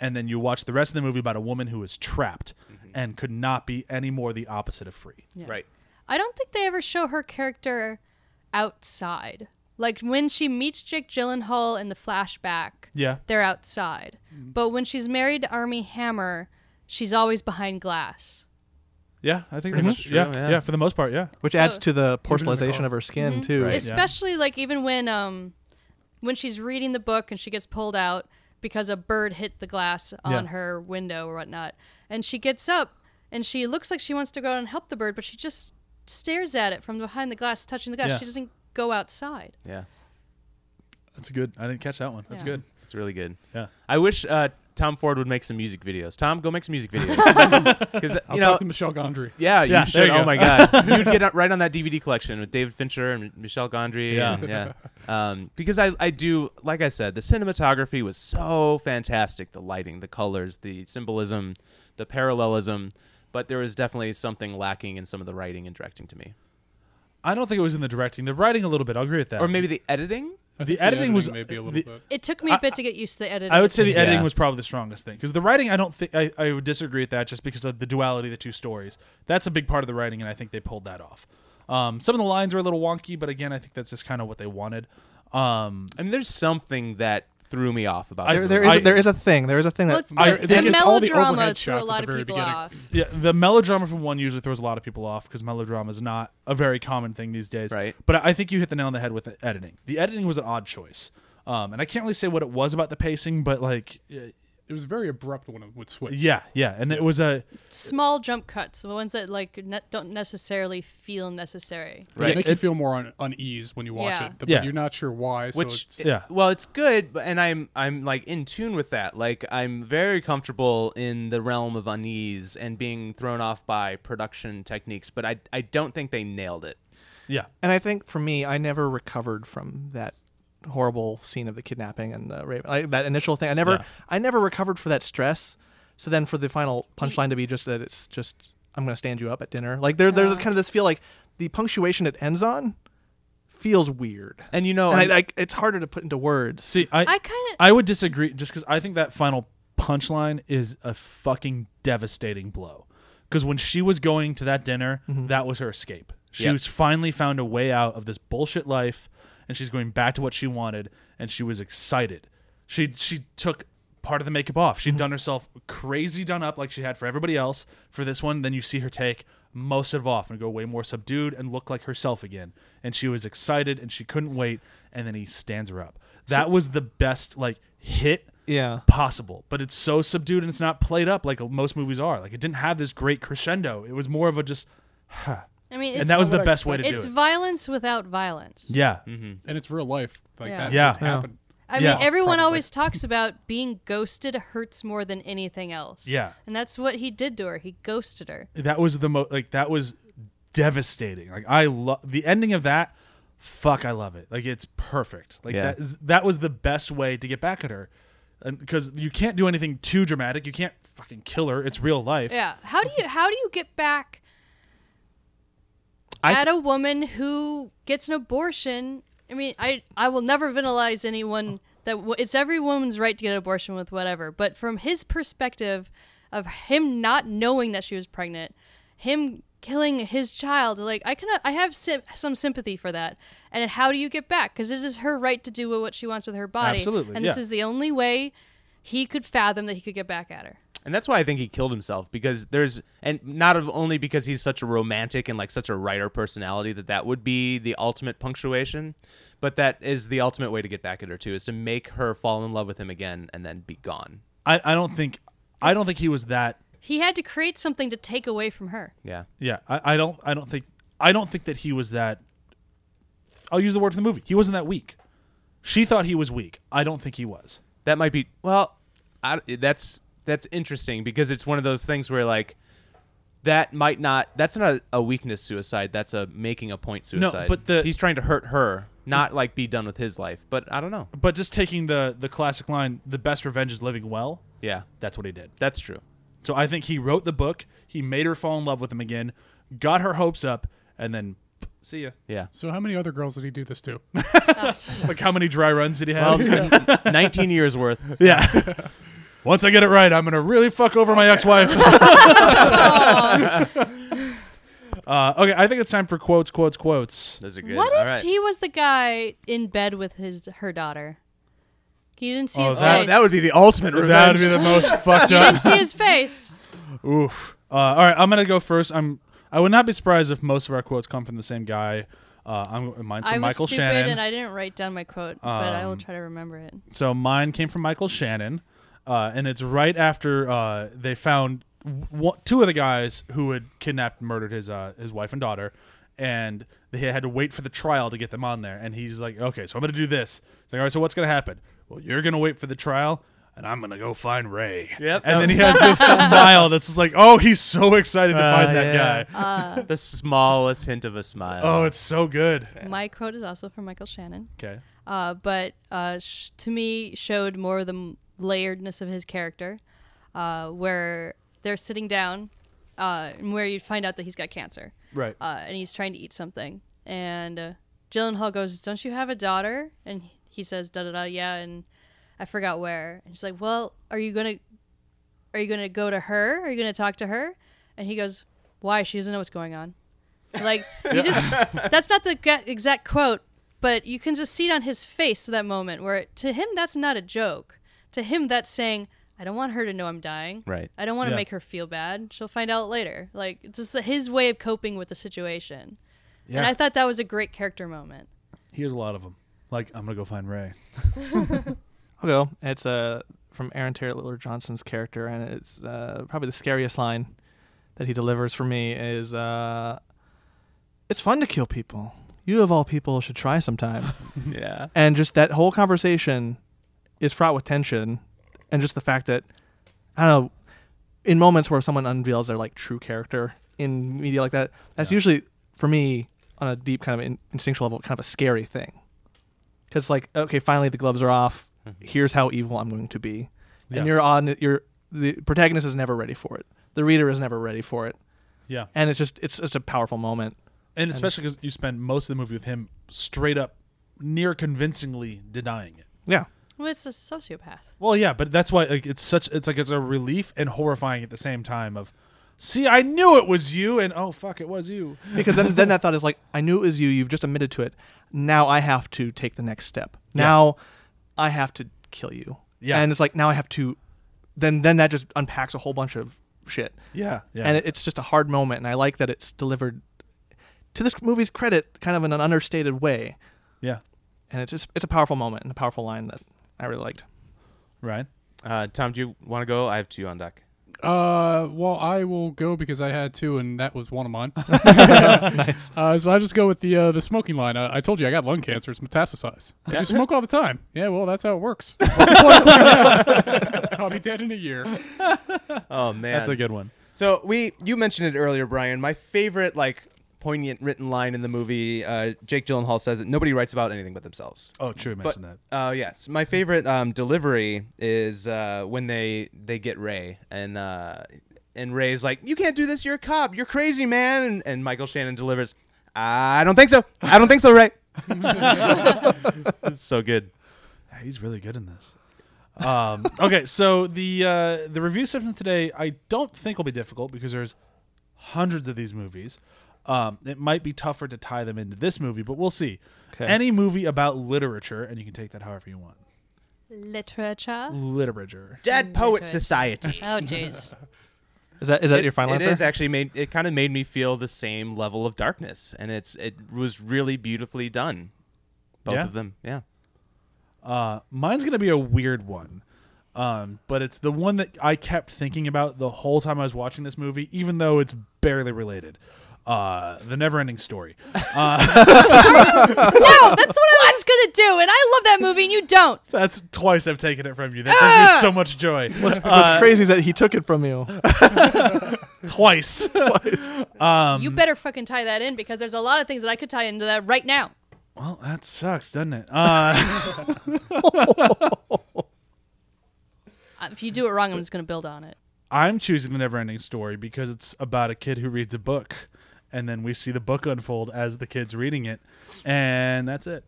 [SPEAKER 3] And then you watch the rest of the movie about a woman who is trapped and could not be any more the opposite of free.
[SPEAKER 4] Yeah.
[SPEAKER 2] Mm-hmm. Right.
[SPEAKER 4] I don't think they ever show her character outside. Like when she meets Jake Gyllenhaal in the flashback,
[SPEAKER 3] Yeah.
[SPEAKER 4] they're outside. But when she's married to Army Hammer, she's always behind glass.
[SPEAKER 3] Yeah, I think that's
[SPEAKER 2] Pretty much
[SPEAKER 3] yeah,
[SPEAKER 2] true, yeah.
[SPEAKER 3] yeah, for the most part, yeah.
[SPEAKER 6] which
[SPEAKER 4] So- Mm-hmm.
[SPEAKER 6] adds to the
[SPEAKER 3] Even in the
[SPEAKER 6] porcelainization
[SPEAKER 3] car.
[SPEAKER 6] of her skin too.
[SPEAKER 2] Right.
[SPEAKER 4] Especially like even when um when she's reading the book and she gets pulled out because a bird hit the glass on
[SPEAKER 3] Yeah.
[SPEAKER 4] her window or whatnot. And she gets up and she looks like she wants to go out and help the bird, but she just stares at it from behind the glass, touching the glass.
[SPEAKER 3] Yeah.
[SPEAKER 4] She doesn't go outside.
[SPEAKER 2] Yeah.
[SPEAKER 3] That's good. I didn't catch that one. That's
[SPEAKER 4] Yeah.
[SPEAKER 3] good.
[SPEAKER 2] It's really good.
[SPEAKER 3] Yeah.
[SPEAKER 2] I wish uh, Tom Ford would make some music videos. Tom, go make some music videos. Because
[SPEAKER 5] I'll
[SPEAKER 2] you know,
[SPEAKER 5] talk to Michelle Gondry.
[SPEAKER 3] Yeah,
[SPEAKER 2] yeah, you
[SPEAKER 3] there
[SPEAKER 2] should.
[SPEAKER 3] you
[SPEAKER 2] oh
[SPEAKER 3] go. *laughs*
[SPEAKER 2] my god, you'd get out right on that DVD collection with David Fincher and Michelle Gondry.
[SPEAKER 3] Yeah.
[SPEAKER 2] and- yeah. Um, because I, I do, like I said, the cinematography was so fantastic. The lighting, the colors, the symbolism, the parallelism. But there was definitely something lacking in some of the writing and directing to me,
[SPEAKER 3] I don't think it was in the directing. The writing a little bit. I'll agree with that.
[SPEAKER 2] or maybe the editing.
[SPEAKER 5] I
[SPEAKER 3] The
[SPEAKER 5] think
[SPEAKER 3] editing was-
[SPEAKER 5] maybe a little
[SPEAKER 3] the-
[SPEAKER 5] bit.
[SPEAKER 4] It took me a bit to get used to the editing.
[SPEAKER 3] I would say the
[SPEAKER 2] Yeah.
[SPEAKER 3] editing was probably the strongest thing because the writing. I don't think I, I would disagree with that just because of the duality of the two stories. That's a big part of the writing, and I think they pulled that off. Um, some of the lines are a little wonky, but again, I think that's just kind of what they wanted. Um,
[SPEAKER 2] I mean, there's something that threw me off about.
[SPEAKER 6] There,
[SPEAKER 2] the
[SPEAKER 6] there
[SPEAKER 2] movie.
[SPEAKER 6] is
[SPEAKER 3] I-
[SPEAKER 6] there is a thing. There is a thing
[SPEAKER 4] Well,
[SPEAKER 6] that
[SPEAKER 4] it's the,
[SPEAKER 5] I
[SPEAKER 4] the
[SPEAKER 5] think it's all the
[SPEAKER 4] melodrama
[SPEAKER 5] overhead
[SPEAKER 4] threw a
[SPEAKER 5] shots at
[SPEAKER 4] lot
[SPEAKER 5] the
[SPEAKER 4] of
[SPEAKER 5] very
[SPEAKER 4] people
[SPEAKER 5] beginning.
[SPEAKER 4] off.
[SPEAKER 3] yeah, the melodrama from one usually throws a lot of people off because melodrama is not a very common thing these days.
[SPEAKER 2] Right.
[SPEAKER 3] But I I think you hit the nail on the head with the editing. The editing was an odd choice, um, and I can't really say what it was about the pacing, but like, uh,
[SPEAKER 5] It was very abrupt when it would switch.
[SPEAKER 3] yeah, yeah, and it was a
[SPEAKER 4] Small jump cuts, the ones that like ne- don't necessarily feel necessary.
[SPEAKER 5] They
[SPEAKER 2] Right.
[SPEAKER 5] make you feel more on unease when you watch
[SPEAKER 4] Yeah.
[SPEAKER 5] it, but
[SPEAKER 3] Yeah.
[SPEAKER 5] you're not sure why. So
[SPEAKER 2] which
[SPEAKER 5] it's,
[SPEAKER 3] Yeah.
[SPEAKER 2] well it's good but- and i'm i'm like in tune with that like i'm very comfortable in the realm of unease and being thrown off by production techniques but i i don't think they nailed it
[SPEAKER 3] yeah.
[SPEAKER 6] And I think for me, I never recovered from that horrible scene of the kidnapping and the rape. Like that initial thing, I never,
[SPEAKER 3] Yeah.
[SPEAKER 6] I never recovered for that stress. So then, for the final punchline to be just that it's just I'm going to stand you up at dinner. Like there, there's kind of this feel like the punctuation it ends on feels weird,
[SPEAKER 2] and you know
[SPEAKER 6] and
[SPEAKER 2] and
[SPEAKER 6] I, I, it's harder to put into words.
[SPEAKER 3] See, I
[SPEAKER 4] I kind of
[SPEAKER 3] I would disagree just because I think that final punchline is a fucking devastating blow. Because when she was going to that dinner, that was her escape. She
[SPEAKER 2] Yep.
[SPEAKER 3] was finally found a way out of this bullshit life, and she's going back to what she wanted, and she was excited. She she took part of the makeup off. She'd done herself crazy done up like she had for everybody else. For this one, then you see her take most of it off and go way more subdued and look like herself again. And she was excited and she couldn't wait. And then he stands her up. That was the best like hit
[SPEAKER 6] Yeah.
[SPEAKER 3] possible. But it's so subdued and it's not played up like most movies are. Like it didn't have this great crescendo. It was more of a just
[SPEAKER 4] I mean it's,
[SPEAKER 3] and that was
[SPEAKER 5] not
[SPEAKER 3] the
[SPEAKER 5] what I
[SPEAKER 3] best way to do
[SPEAKER 4] it's
[SPEAKER 3] it.
[SPEAKER 4] violence without violence.
[SPEAKER 3] yeah.
[SPEAKER 5] and it's real life. Like
[SPEAKER 4] Yeah.
[SPEAKER 5] that
[SPEAKER 3] Yeah.
[SPEAKER 5] would happen.
[SPEAKER 4] I
[SPEAKER 3] Yeah.
[SPEAKER 4] mean everyone
[SPEAKER 5] Probably.
[SPEAKER 4] always talks about being ghosted hurts more than anything else.
[SPEAKER 3] Yeah.
[SPEAKER 4] And that's what he did to her. He ghosted her.
[SPEAKER 3] That was the most like that was devastating. Like I love the ending of that. Fuck, I love it. Like it's perfect. Like
[SPEAKER 2] Yeah.
[SPEAKER 3] that is that was the best way to get back at her. And because you can't do anything too dramatic. You can't fucking kill her. It's real life.
[SPEAKER 4] Yeah. How do you how do you get back
[SPEAKER 6] I-
[SPEAKER 4] at a woman who gets an abortion? I mean, I I will never villainize anyone that w- it's every woman's right to get an abortion with whatever, but from his perspective of him not knowing that she was pregnant, him killing his child, like I cannot I have sym some sympathy for that. And how do you get back? Cuz it is her right to do what she wants with her body.
[SPEAKER 3] Absolutely,
[SPEAKER 4] And this
[SPEAKER 3] yeah.
[SPEAKER 4] is the only way he could fathom that he could get back at her.
[SPEAKER 2] and that's why i think he killed himself because there's and not of only because he's such a romantic and like such a writer personality that that would be the ultimate punctuation but that is the ultimate way to get back at her too is to make her fall in love with him again and then be gone
[SPEAKER 3] I, I don't think I don't think he was that
[SPEAKER 4] He had to create something to take away from her.
[SPEAKER 2] yeah
[SPEAKER 3] Yeah, I, I don't I don't think I don't think that he was that I'll use the word for the movie. He wasn't that weak. She thought he was weak. I don't think he was.
[SPEAKER 2] that might be well I, that's that's interesting because it's one of those things where like that might not that's not a, a weakness suicide that's a making a point suicide
[SPEAKER 3] but the-
[SPEAKER 2] he's trying to hurt her not like be done with his life but i don't know
[SPEAKER 3] But just taking the the classic line, the best revenge is living well,
[SPEAKER 2] yeah
[SPEAKER 3] that's what he did.
[SPEAKER 2] that's true
[SPEAKER 3] So I think he wrote the book, he made her fall in love with him again, got her hopes up, and then see ya.
[SPEAKER 2] Yeah.
[SPEAKER 5] So how many other girls did he do this to?
[SPEAKER 3] *laughs* Like how many dry runs did he have?
[SPEAKER 2] Well, 19 years worth.
[SPEAKER 3] *laughs* yeah. *laughs* Once I get it right, I'm gonna really fuck over my *laughs* ex-wife. uh, okay, I think it's time for quotes, quotes, quotes.
[SPEAKER 2] Those are good.
[SPEAKER 4] What
[SPEAKER 2] All
[SPEAKER 4] if
[SPEAKER 2] right.
[SPEAKER 4] he was the guy in bed with his her daughter? You didn't see
[SPEAKER 3] Oh,
[SPEAKER 4] his
[SPEAKER 3] that-
[SPEAKER 4] face.
[SPEAKER 2] be *laughs* the ultimate
[SPEAKER 3] That would be the most
[SPEAKER 5] *laughs*
[SPEAKER 3] fucked
[SPEAKER 4] You
[SPEAKER 3] up.
[SPEAKER 4] didn't
[SPEAKER 3] *laughs*
[SPEAKER 4] see his face.
[SPEAKER 3] Oof. Uh, all right, I'm gonna go first. I'm. I would not be surprised if most of our quotes come from the same guy. Uh, I'm, mine's from
[SPEAKER 4] I was
[SPEAKER 3] Michael
[SPEAKER 4] stupid
[SPEAKER 3] Shannon. Um,
[SPEAKER 4] and I didn't write down my quote, but I will try to remember it.
[SPEAKER 3] so mine came from Michael Shannon, uh, and it's right after uh, they found w- two of the guys who had kidnapped and murdered his uh, his wife and daughter, and they had to wait for the trial to get them on there. And he's like, "Okay, so I'm gonna do this." It's like, "All right, so what's gonna happen?" Well, you're gonna wait for the trial. And I'm gonna go find Ray.
[SPEAKER 2] Yep.
[SPEAKER 3] And then
[SPEAKER 2] *laughs*
[SPEAKER 3] he has this smile that's just like, oh, he's so excited to
[SPEAKER 2] Uh,
[SPEAKER 3] find that
[SPEAKER 2] yeah.
[SPEAKER 3] guy.
[SPEAKER 2] the smallest hint of a smile.
[SPEAKER 3] Oh, it's so good.
[SPEAKER 4] My quote is also from Michael Shannon,
[SPEAKER 3] Okay.
[SPEAKER 4] uh, but uh, sh- to me showed more of the m- layeredness of his character, uh, where they're sitting down, uh, and where you find out that he's got cancer.
[SPEAKER 3] Right.
[SPEAKER 4] uh, and he's trying to eat something. And uh, Gyllenhaal goes, "Don't you have a daughter?" And he says, "Da da da, yeah." And I forgot where. And she's like, "Well, are you gonna, are you gonna go to her? Are you gonna talk to her?" And he goes, "Why? She doesn't know what's going on." Like you just—that's not the ga- exact quote, but you can just see it on his face that moment where, it, to him, that's not a joke. To him, that's saying, "I don't want her to know I'm dying."
[SPEAKER 2] Right.
[SPEAKER 4] I don't want to
[SPEAKER 3] Yeah.
[SPEAKER 4] make her feel bad. She'll find out later. Like it's just his way of coping with the situation. And I thought that was a great character moment.
[SPEAKER 3] Here's a lot of them. Like, I'm gonna go find Ray.
[SPEAKER 6] I'll go. It's uh, from Aaron Taylor Johnson's character, and it's uh, probably the scariest line that he delivers for me is, uh, "It's fun to kill people. You of all people should try sometime."
[SPEAKER 2] yeah.
[SPEAKER 6] and just that whole conversation is fraught with tension, and just the fact that I don't know, in moments where someone unveils their like true character in media like that, that's usually for me on a deep kind of in- instinctual level, kind of a scary thing. Because like, okay, finally the gloves are off. Here's how evil I'm going to be,
[SPEAKER 3] Yeah.
[SPEAKER 6] and you're on. You're the protagonist is never ready for it. The reader is never ready for it,
[SPEAKER 3] Yeah.
[SPEAKER 6] and it's just it's just a powerful moment.
[SPEAKER 3] And especially because you spend most of the movie with him straight up, near convincingly denying it.
[SPEAKER 6] Yeah,
[SPEAKER 4] Well, it's a sociopath.
[SPEAKER 3] Well, yeah, but that's why like it's such it's like it's a relief and horrifying at the same time. Of, see, I knew it was you, and oh fuck, it was you.
[SPEAKER 6] because then, then that thought is like, I knew it was you. You've just admitted to it. Now I have to take the next step. Now I have to kill you.
[SPEAKER 3] Yeah.
[SPEAKER 6] And it's like now I have to. Then then that just unpacks a whole bunch of shit.
[SPEAKER 3] Yeah. Yeah.
[SPEAKER 6] And it, it's just a hard moment, and I like that it's delivered to this movie's credit, kind of in an understated way.
[SPEAKER 3] yeah.
[SPEAKER 6] And it's just it's a powerful moment and a powerful line that I really liked.
[SPEAKER 3] Right.
[SPEAKER 2] Uh, Tom, do you want to go? I have two on deck.
[SPEAKER 5] Uh, well, I will go because I had two, and that was one
[SPEAKER 3] *laughs*
[SPEAKER 5] of mine. *laughs* Uh, so I just go with the uh, the smoking line. Uh, I told you I got lung cancer; it's metastasized. I just smoke all the time. Yeah, well, that's how it
[SPEAKER 3] *laughs*
[SPEAKER 5] works. What's the point of quitting now? *laughs* I'll be dead in a year.
[SPEAKER 2] Oh man,
[SPEAKER 3] That's a good one.
[SPEAKER 2] So we, you mentioned it earlier, Brian. My favorite, like, poignant written line in the movie. Uh, Jake Gyllenhaal says it. Nobody writes about anything but themselves.
[SPEAKER 3] Oh, true.
[SPEAKER 2] But
[SPEAKER 3] Mention that.
[SPEAKER 2] uh, yes, my favorite um, delivery is uh, when they they get Ray and uh, and Ray's like, "You can't do this. You're a cop. You're crazy, man." And, and Michael Shannon delivers, "I don't think so. I don't think so, Ray." it's so good.
[SPEAKER 3] Yeah, he's really good in this. Um, *laughs* okay, so the uh, the review system today, I don't think will be difficult because there's hundreds of these movies. Um, it might be tougher to tie them into this movie, but we'll see.
[SPEAKER 6] Okay.
[SPEAKER 3] Any movie about literature, and you can take that however you want.
[SPEAKER 4] Literature.
[SPEAKER 3] *laughs* Literature.
[SPEAKER 2] Dead Poet
[SPEAKER 4] Okay.
[SPEAKER 2] Society.
[SPEAKER 4] Oh jeez.
[SPEAKER 6] Is that is that your final
[SPEAKER 2] It
[SPEAKER 6] answer?
[SPEAKER 2] is actually made. It kind of made me feel the same level of darkness, and it's it was really beautifully done. Both
[SPEAKER 3] Yeah.
[SPEAKER 2] of them, yeah.
[SPEAKER 3] Uh, mine's gonna be a weird one, um, but it's the one that I kept thinking about the whole time I was watching this movie, even though it's barely related. Uh, the Neverending Story. *laughs*
[SPEAKER 4] no, that's what I was gonna do, and I love that movie, and you don't.
[SPEAKER 3] That's twice I've taken it from you. That brings me so much joy.
[SPEAKER 6] *laughs*
[SPEAKER 2] Uh,
[SPEAKER 6] What's crazy is that he took it from you.
[SPEAKER 4] *laughs*
[SPEAKER 3] twice. Um,
[SPEAKER 4] you better fucking tie that in because there's a lot of things that I could tie into that right now.
[SPEAKER 3] well, that sucks, doesn't it? Uh, *laughs*
[SPEAKER 4] Uh, if you do it wrong, I'm just gonna build on it.
[SPEAKER 3] I'm choosing the Neverending Story because it's about a kid who reads a book and then we see the book unfold as the kid's reading it, and that's it.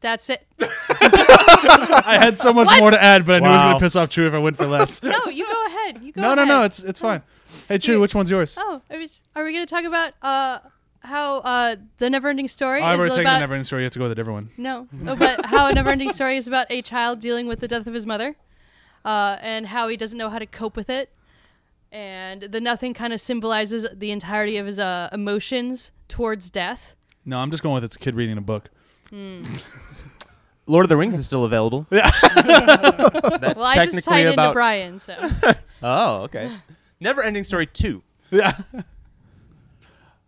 [SPEAKER 4] That's
[SPEAKER 3] *laughs*
[SPEAKER 4] it.
[SPEAKER 3] I had so much
[SPEAKER 4] What?
[SPEAKER 3] more to add, but I knew I was
[SPEAKER 2] Wow.
[SPEAKER 3] going to piss off Chew if I went for less. no,
[SPEAKER 4] *laughs* No, Oh, you go ahead. You go
[SPEAKER 3] no,
[SPEAKER 4] ahead.
[SPEAKER 3] no, it's it's fine. Hey, Chew,
[SPEAKER 4] You-
[SPEAKER 3] which one's yours?
[SPEAKER 4] Oh, I was, are we going to talk about uh, how uh, the Neverending Story
[SPEAKER 3] I've
[SPEAKER 4] is
[SPEAKER 3] already taken
[SPEAKER 4] about
[SPEAKER 3] the never ending story. You have to go with a different one.
[SPEAKER 4] *laughs* No, Oh, but how a never-ending story is about a child dealing with the death of his mother, uh, and how he doesn't know how to cope with it, and the nothing kind of symbolizes the entirety of his uh, emotions towards death.
[SPEAKER 3] No, I'm just going with it's a kid reading a book.
[SPEAKER 2] Lord of the Rings is still available. *laughs* Yeah. That's
[SPEAKER 4] well, I
[SPEAKER 2] technically
[SPEAKER 4] just tied
[SPEAKER 2] about
[SPEAKER 4] into Brian, so
[SPEAKER 2] Oh, okay. *gasps* Never ending story 2.
[SPEAKER 3] Yeah.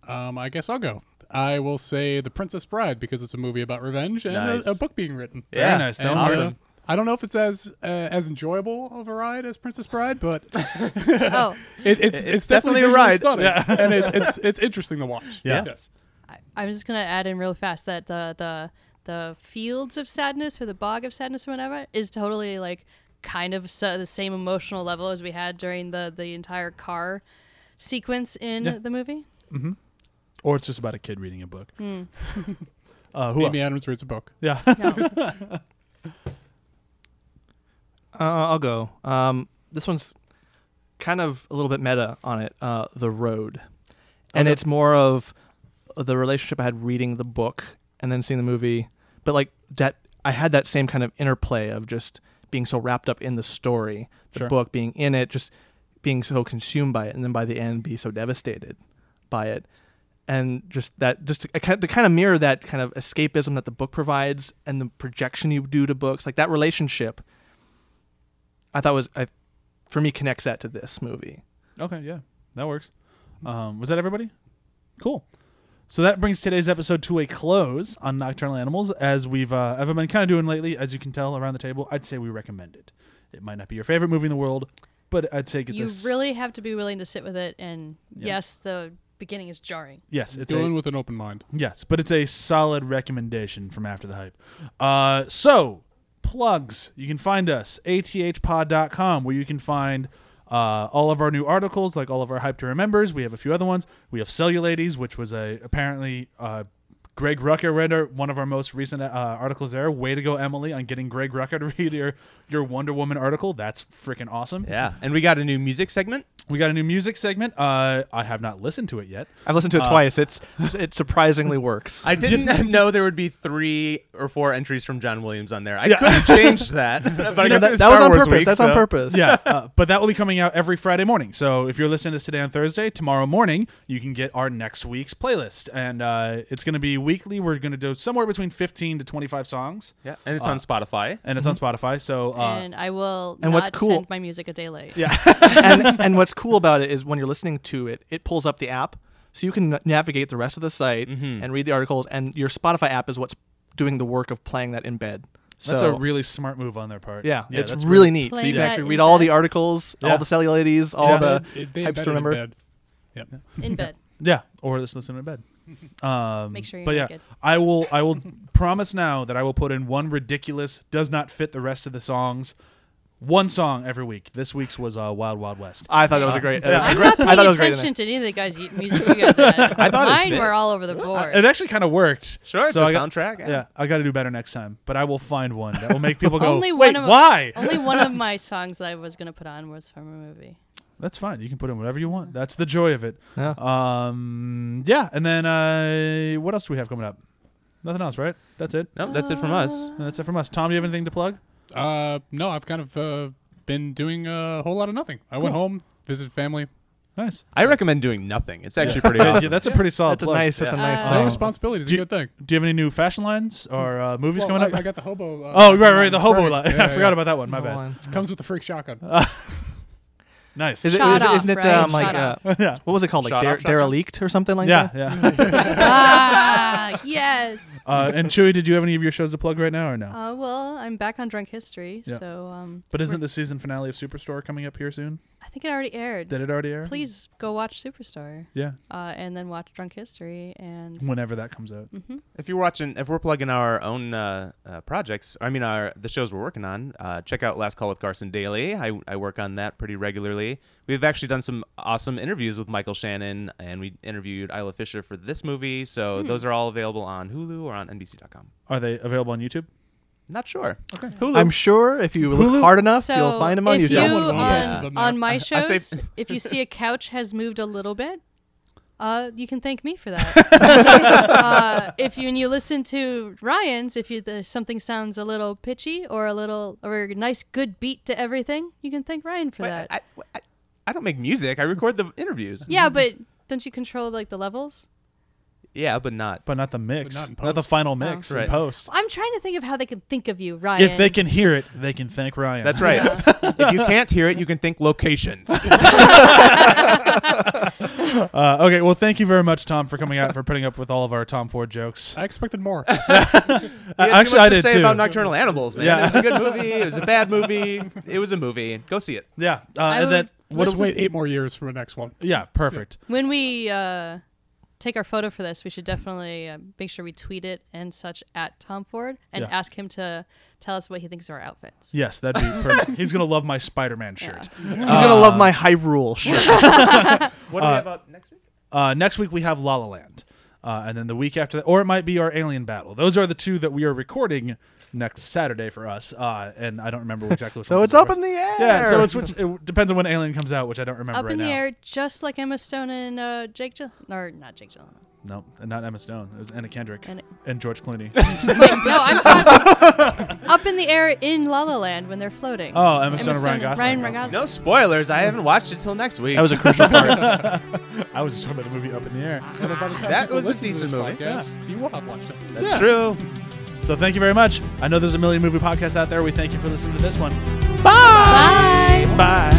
[SPEAKER 5] Um, I guess I'll go. I will say The Princess Bride because it's a movie about revenge and
[SPEAKER 2] Nice.
[SPEAKER 5] a, a book being written.
[SPEAKER 3] Very
[SPEAKER 2] Yeah.
[SPEAKER 3] nice. No,
[SPEAKER 5] And,
[SPEAKER 2] Awesome.
[SPEAKER 5] uh, I don't know if it's as uh, as enjoyable of a ride as Princess
[SPEAKER 3] *laughs*
[SPEAKER 5] Bride, but
[SPEAKER 4] oh,
[SPEAKER 5] it, it's, it's
[SPEAKER 2] definitely
[SPEAKER 5] definitely,
[SPEAKER 2] a
[SPEAKER 5] visually
[SPEAKER 2] ride.
[SPEAKER 5] stunning, and it, it's it's interesting to watch.
[SPEAKER 3] Yeah.
[SPEAKER 5] Yes.
[SPEAKER 4] I, I'm just gonna add in real fast that the the the fields of sadness or the bog of sadness or whatever is totally like kind of so, the same emotional level as we had during the the entire car sequence in
[SPEAKER 3] Yeah.
[SPEAKER 4] the movie.
[SPEAKER 3] Or it's just about a kid reading a book.
[SPEAKER 4] Hmm.
[SPEAKER 3] Uh, who
[SPEAKER 5] Amy
[SPEAKER 3] else?
[SPEAKER 5] Adams reads a book.
[SPEAKER 3] Yeah.
[SPEAKER 4] No.
[SPEAKER 6] Uh, I'll go. Um, this one's kind of a little bit meta on it. Uh, the road, and
[SPEAKER 3] Okay.
[SPEAKER 6] it's more of the relationship I had reading the book and then seeing the movie. But like that, I had that same kind of interplay of just being so wrapped up in the story, the
[SPEAKER 3] Sure.
[SPEAKER 6] book, being in it, just being so consumed by it, and then by the end be so devastated by it. And just that, just to, kind of- to kind of mirror that kind of escapism that the book provides, and the projection you do to books, like that relationship I thought was I, for me connects that to this movie.
[SPEAKER 3] Okay, yeah, that works. Um, was that everybody? Cool. So that brings today's episode to a close on Nocturnal Animals, as we've uh, I've been kind of doing lately, as you can tell around the table. I'd say we recommend it. It might not be your favorite movie in the world, but I'd say it's a
[SPEAKER 4] you
[SPEAKER 3] s-
[SPEAKER 4] really have to be willing to sit with it and
[SPEAKER 3] Yeah.
[SPEAKER 4] yes the beginning is jarring
[SPEAKER 3] yes, it's
[SPEAKER 5] Go in
[SPEAKER 3] a,
[SPEAKER 5] with an open mind.
[SPEAKER 3] yes, but it's a solid recommendation from After the Hype. Uh, so plugs, you can find us athpod.com, where you can find. Uh, all of our new articles, like all of our hype to remembers, we have a few other ones. We have Cellulades, which was a apparently uh, Greg Rucker read our- one of our most recent uh, articles there. Way to go, Emily, on getting Greg Rucker to *laughs* read your, your Wonder Woman article. That's freaking awesome.
[SPEAKER 2] Yeah. And we got a new music segment.
[SPEAKER 3] We got a new music segment. Uh, I have not listened to it yet.
[SPEAKER 6] I've listened to it twice. It's it surprisingly
[SPEAKER 2] *laughs*
[SPEAKER 6] works.
[SPEAKER 2] I didn't know there would be three or four entries from John Williams on there. I could have changed that, *laughs* but I
[SPEAKER 6] No,
[SPEAKER 2] guess
[SPEAKER 6] that,
[SPEAKER 2] it was
[SPEAKER 6] that was
[SPEAKER 2] Star
[SPEAKER 6] on
[SPEAKER 2] Wars
[SPEAKER 6] purpose.
[SPEAKER 2] week,
[SPEAKER 6] That's
[SPEAKER 2] so-
[SPEAKER 6] on purpose.
[SPEAKER 3] yeah, uh, but that will be coming out every Friday morning. So if you're listening to this today on Thursday, tomorrow morning you can get our next week's playlist, and uh, it's going to be weekly. We're going to do somewhere between 15 to 25 songs,
[SPEAKER 2] Yeah, and it's on Spotify.
[SPEAKER 3] and it's on Spotify. So uh,
[SPEAKER 4] and i will
[SPEAKER 6] and
[SPEAKER 4] not
[SPEAKER 6] what's cool-
[SPEAKER 4] send my music a day late yeah
[SPEAKER 6] and and what's cool about it is when you're listening to it, it pulls up the app, so you can na- navigate the rest of the site and read the articles. And your Spotify app is what's doing the work of playing that in bed. So,
[SPEAKER 3] that's a really smart move on their part.
[SPEAKER 6] yeah, it's
[SPEAKER 3] that's
[SPEAKER 6] really, neat. So
[SPEAKER 4] Playing
[SPEAKER 6] you can
[SPEAKER 4] that
[SPEAKER 6] actually
[SPEAKER 4] in
[SPEAKER 6] read all
[SPEAKER 4] bed.
[SPEAKER 6] the articles,
[SPEAKER 3] Yeah.
[SPEAKER 6] all the cellulities, all
[SPEAKER 3] Yeah.
[SPEAKER 6] the
[SPEAKER 5] It- they
[SPEAKER 6] hypes
[SPEAKER 5] embedded
[SPEAKER 6] to
[SPEAKER 5] in
[SPEAKER 6] remember.
[SPEAKER 5] bed. Yep.
[SPEAKER 4] in bed
[SPEAKER 3] Yeah, or just listen in bed. *laughs* Um,
[SPEAKER 4] Make sure you're
[SPEAKER 3] but yeah,
[SPEAKER 4] naked.
[SPEAKER 3] I will. I
[SPEAKER 4] *laughs*
[SPEAKER 3] will promise now that I will put in one ridiculous, does not fit the rest of the songs. One song every week. This week's was uh, Wild Wild West.
[SPEAKER 6] I thought that was a great. uh,
[SPEAKER 3] Yeah.
[SPEAKER 6] I
[SPEAKER 4] i'm not
[SPEAKER 6] thought
[SPEAKER 4] paying
[SPEAKER 6] it was great. in
[SPEAKER 4] attention to any of the guys y- music you guys had
[SPEAKER 2] I thought it
[SPEAKER 4] mine
[SPEAKER 2] fit.
[SPEAKER 4] were all over the board
[SPEAKER 3] It actually kind of worked.
[SPEAKER 2] Sure, it's
[SPEAKER 3] So
[SPEAKER 2] a
[SPEAKER 3] I got-
[SPEAKER 2] soundtrack.
[SPEAKER 3] Yeah, I got to do better next time. But I will find one that will make people go.
[SPEAKER 4] Only
[SPEAKER 3] Wait,
[SPEAKER 4] one of- Oh.
[SPEAKER 3] why?
[SPEAKER 4] only one of my songs that i was going to put on was from a movie
[SPEAKER 3] That's fine. You can put in whatever you want. That's the joy of it.
[SPEAKER 6] Yeah.
[SPEAKER 3] Um. Yeah. And then uh, what else do we have coming up? Nothing else, right? That's it.
[SPEAKER 2] Nope, that's it from us.
[SPEAKER 3] That's it from us. Tom, do you have anything to plug?
[SPEAKER 5] Uh, no, I've kind of uh, been doing a whole lot of nothing. I went
[SPEAKER 3] Cool.
[SPEAKER 5] home, visited family,
[SPEAKER 3] Nice.
[SPEAKER 2] I recommend doing nothing. It's actually *laughs* pretty
[SPEAKER 3] Yeah,
[SPEAKER 2] awesome.
[SPEAKER 3] yeah, that's a pretty solid
[SPEAKER 6] That's a
[SPEAKER 3] plug.
[SPEAKER 6] nice. That's a
[SPEAKER 4] Yeah.
[SPEAKER 6] nice.
[SPEAKER 4] Uh,
[SPEAKER 5] No
[SPEAKER 4] Oh.
[SPEAKER 6] thing.
[SPEAKER 5] responsibility is a
[SPEAKER 3] Do-
[SPEAKER 5] good thing.
[SPEAKER 3] Do you have any new fashion lines or uh, movies
[SPEAKER 5] Well,
[SPEAKER 3] coming
[SPEAKER 5] I,
[SPEAKER 3] up?
[SPEAKER 5] I got the hobo. Uh,
[SPEAKER 3] oh, right, right.
[SPEAKER 5] on
[SPEAKER 3] The hobo
[SPEAKER 5] spring.
[SPEAKER 3] line. *laughs*
[SPEAKER 5] Yeah,
[SPEAKER 3] I
[SPEAKER 5] yeah.
[SPEAKER 3] forgot about that one. My bad.
[SPEAKER 5] Comes with the freak shotgun.
[SPEAKER 3] Nice.
[SPEAKER 6] Is it,
[SPEAKER 4] Shot
[SPEAKER 6] is, it-
[SPEAKER 4] off,
[SPEAKER 6] isn't it
[SPEAKER 4] right?
[SPEAKER 6] um, like
[SPEAKER 4] Shot
[SPEAKER 6] uh,
[SPEAKER 3] yeah.
[SPEAKER 6] what was it called? Like
[SPEAKER 2] Shot
[SPEAKER 6] dare,
[SPEAKER 2] off, shotgun?
[SPEAKER 6] derelict or something like
[SPEAKER 3] Yeah.
[SPEAKER 6] that.
[SPEAKER 3] Yeah.
[SPEAKER 4] *laughs* ah, yeah, yes.
[SPEAKER 3] Uh, and Chewy, did you have any of your shows to plug right now or no?
[SPEAKER 4] Uh, well, I'm back on Drunk History,
[SPEAKER 3] Yeah.
[SPEAKER 4] so um,
[SPEAKER 3] but isn't the season finale of Superstore coming up here soon?
[SPEAKER 4] I think it already aired.
[SPEAKER 3] Did it already air?
[SPEAKER 4] Please go watch Superstar,
[SPEAKER 3] Yeah.
[SPEAKER 4] uh, and then watch Drunk History, and
[SPEAKER 3] Whenever that comes out.
[SPEAKER 4] Mm.
[SPEAKER 2] If you're watching, if we're plugging our own uh, uh, projects, I mean, our the shows we're working on, uh, check out Last Call with Carson Daly. I, I work on that pretty regularly. We've actually done some awesome interviews with Michael Shannon, and we interviewed Isla Fisher for this movie. So those are all available on Hulu or on NBC.com.
[SPEAKER 3] Are they available on YouTube?
[SPEAKER 2] Not sure. Okay. Hulu.
[SPEAKER 6] I'm sure if you look
[SPEAKER 3] Hulu-
[SPEAKER 6] hard enough,
[SPEAKER 4] so
[SPEAKER 6] you'll find them on
[SPEAKER 4] if you
[SPEAKER 6] YouTube.
[SPEAKER 5] Someone will
[SPEAKER 2] post
[SPEAKER 4] on,
[SPEAKER 5] them
[SPEAKER 4] on my
[SPEAKER 2] I'd say- *laughs*
[SPEAKER 4] shows, if you see a couch has moved a little bit. Uh, you can thank me for that. uh, if you and you listen to Ryan's, if you the, something sounds a little pitchy or a little or a nice good beat to everything, you can thank Ryan for
[SPEAKER 2] Wait,
[SPEAKER 4] that.
[SPEAKER 2] I, I, I don't make music. I record the interviews.
[SPEAKER 4] yeah, but don't you control like the levels?
[SPEAKER 2] Yeah, but not.
[SPEAKER 3] But not the mix.
[SPEAKER 5] But not in
[SPEAKER 3] not, the
[SPEAKER 5] post.
[SPEAKER 3] final mix in
[SPEAKER 2] Right.
[SPEAKER 3] post.
[SPEAKER 4] I'm trying to think of how they can think of you, Ryan.
[SPEAKER 3] If they can hear it, they can thank Ryan.
[SPEAKER 2] That's right. if you can't hear it, you can think locations.
[SPEAKER 3] Uh, okay, well, thank you very much, Tom, for coming out and for putting up with all of our Tom Ford jokes. Uh,
[SPEAKER 5] I expected more.
[SPEAKER 2] *laughs* We
[SPEAKER 3] Actually,
[SPEAKER 2] had too much
[SPEAKER 3] I
[SPEAKER 2] to
[SPEAKER 3] did
[SPEAKER 2] say
[SPEAKER 3] too.
[SPEAKER 2] about Nocturnal Animals, man.
[SPEAKER 3] Yeah.
[SPEAKER 2] It was a good movie. It was a bad movie. It was a movie. Go see it.
[SPEAKER 3] Yeah, uh,
[SPEAKER 4] I
[SPEAKER 3] and then,
[SPEAKER 4] would-
[SPEAKER 5] Let's wait eight more years for the next one.
[SPEAKER 3] yeah, perfect.
[SPEAKER 4] When we uh, take our photo for this, we should definitely uh, make sure we tweet it and such at Tom Ford and
[SPEAKER 3] Yeah.
[SPEAKER 4] ask him to tell us what he thinks of our outfits.
[SPEAKER 3] Yes, that'd be
[SPEAKER 4] *laughs*
[SPEAKER 3] perfect. He's gonna love my Spider-Man shirt.
[SPEAKER 6] He's
[SPEAKER 3] Ah.
[SPEAKER 6] gonna love my Hyrule shirt.
[SPEAKER 2] What do we have up next week?
[SPEAKER 3] Uh, next week we have La La Land, uh, and then the week after that, or it might be our Alien Battle. Those are the two that we are recording next Saturday for us. Uh, and I don't remember exactly. Which
[SPEAKER 6] so
[SPEAKER 3] one
[SPEAKER 6] it's up
[SPEAKER 3] first.
[SPEAKER 6] in the air.
[SPEAKER 3] *laughs* Yeah, so it's which it depends on when Alien comes out, which I don't remember
[SPEAKER 4] Up
[SPEAKER 3] right
[SPEAKER 4] in the
[SPEAKER 3] now.
[SPEAKER 4] air, just like Emma Stone and uh, Jake Gyllenhaal, or not Jake Gyllenhaal.
[SPEAKER 3] No, not Emma Stone. It was Anna Kendrick
[SPEAKER 4] And-
[SPEAKER 3] and George
[SPEAKER 4] *laughs*
[SPEAKER 3] Clooney.
[SPEAKER 4] Wait, no, I'm talking
[SPEAKER 3] *laughs*
[SPEAKER 4] up in the air in La La Land when they're floating.
[SPEAKER 3] Oh, Emma Stone and Ryan Gosling.
[SPEAKER 4] Ryan Gosling.
[SPEAKER 2] No spoilers. I haven't watched it till next week.
[SPEAKER 6] That was a crucial part.
[SPEAKER 3] *laughs* I was just talking about the movie Up in the Air.
[SPEAKER 5] Although by the time
[SPEAKER 2] Ah, That
[SPEAKER 5] people
[SPEAKER 2] was a
[SPEAKER 5] listen to
[SPEAKER 2] decent
[SPEAKER 5] this
[SPEAKER 2] movie.
[SPEAKER 5] podcast, You will have watched it.
[SPEAKER 2] That's
[SPEAKER 3] Yeah.
[SPEAKER 2] true.
[SPEAKER 3] So thank you very much. I know there's a million movie podcasts out there. We thank you for listening to this one.
[SPEAKER 4] Bye.
[SPEAKER 6] Bye.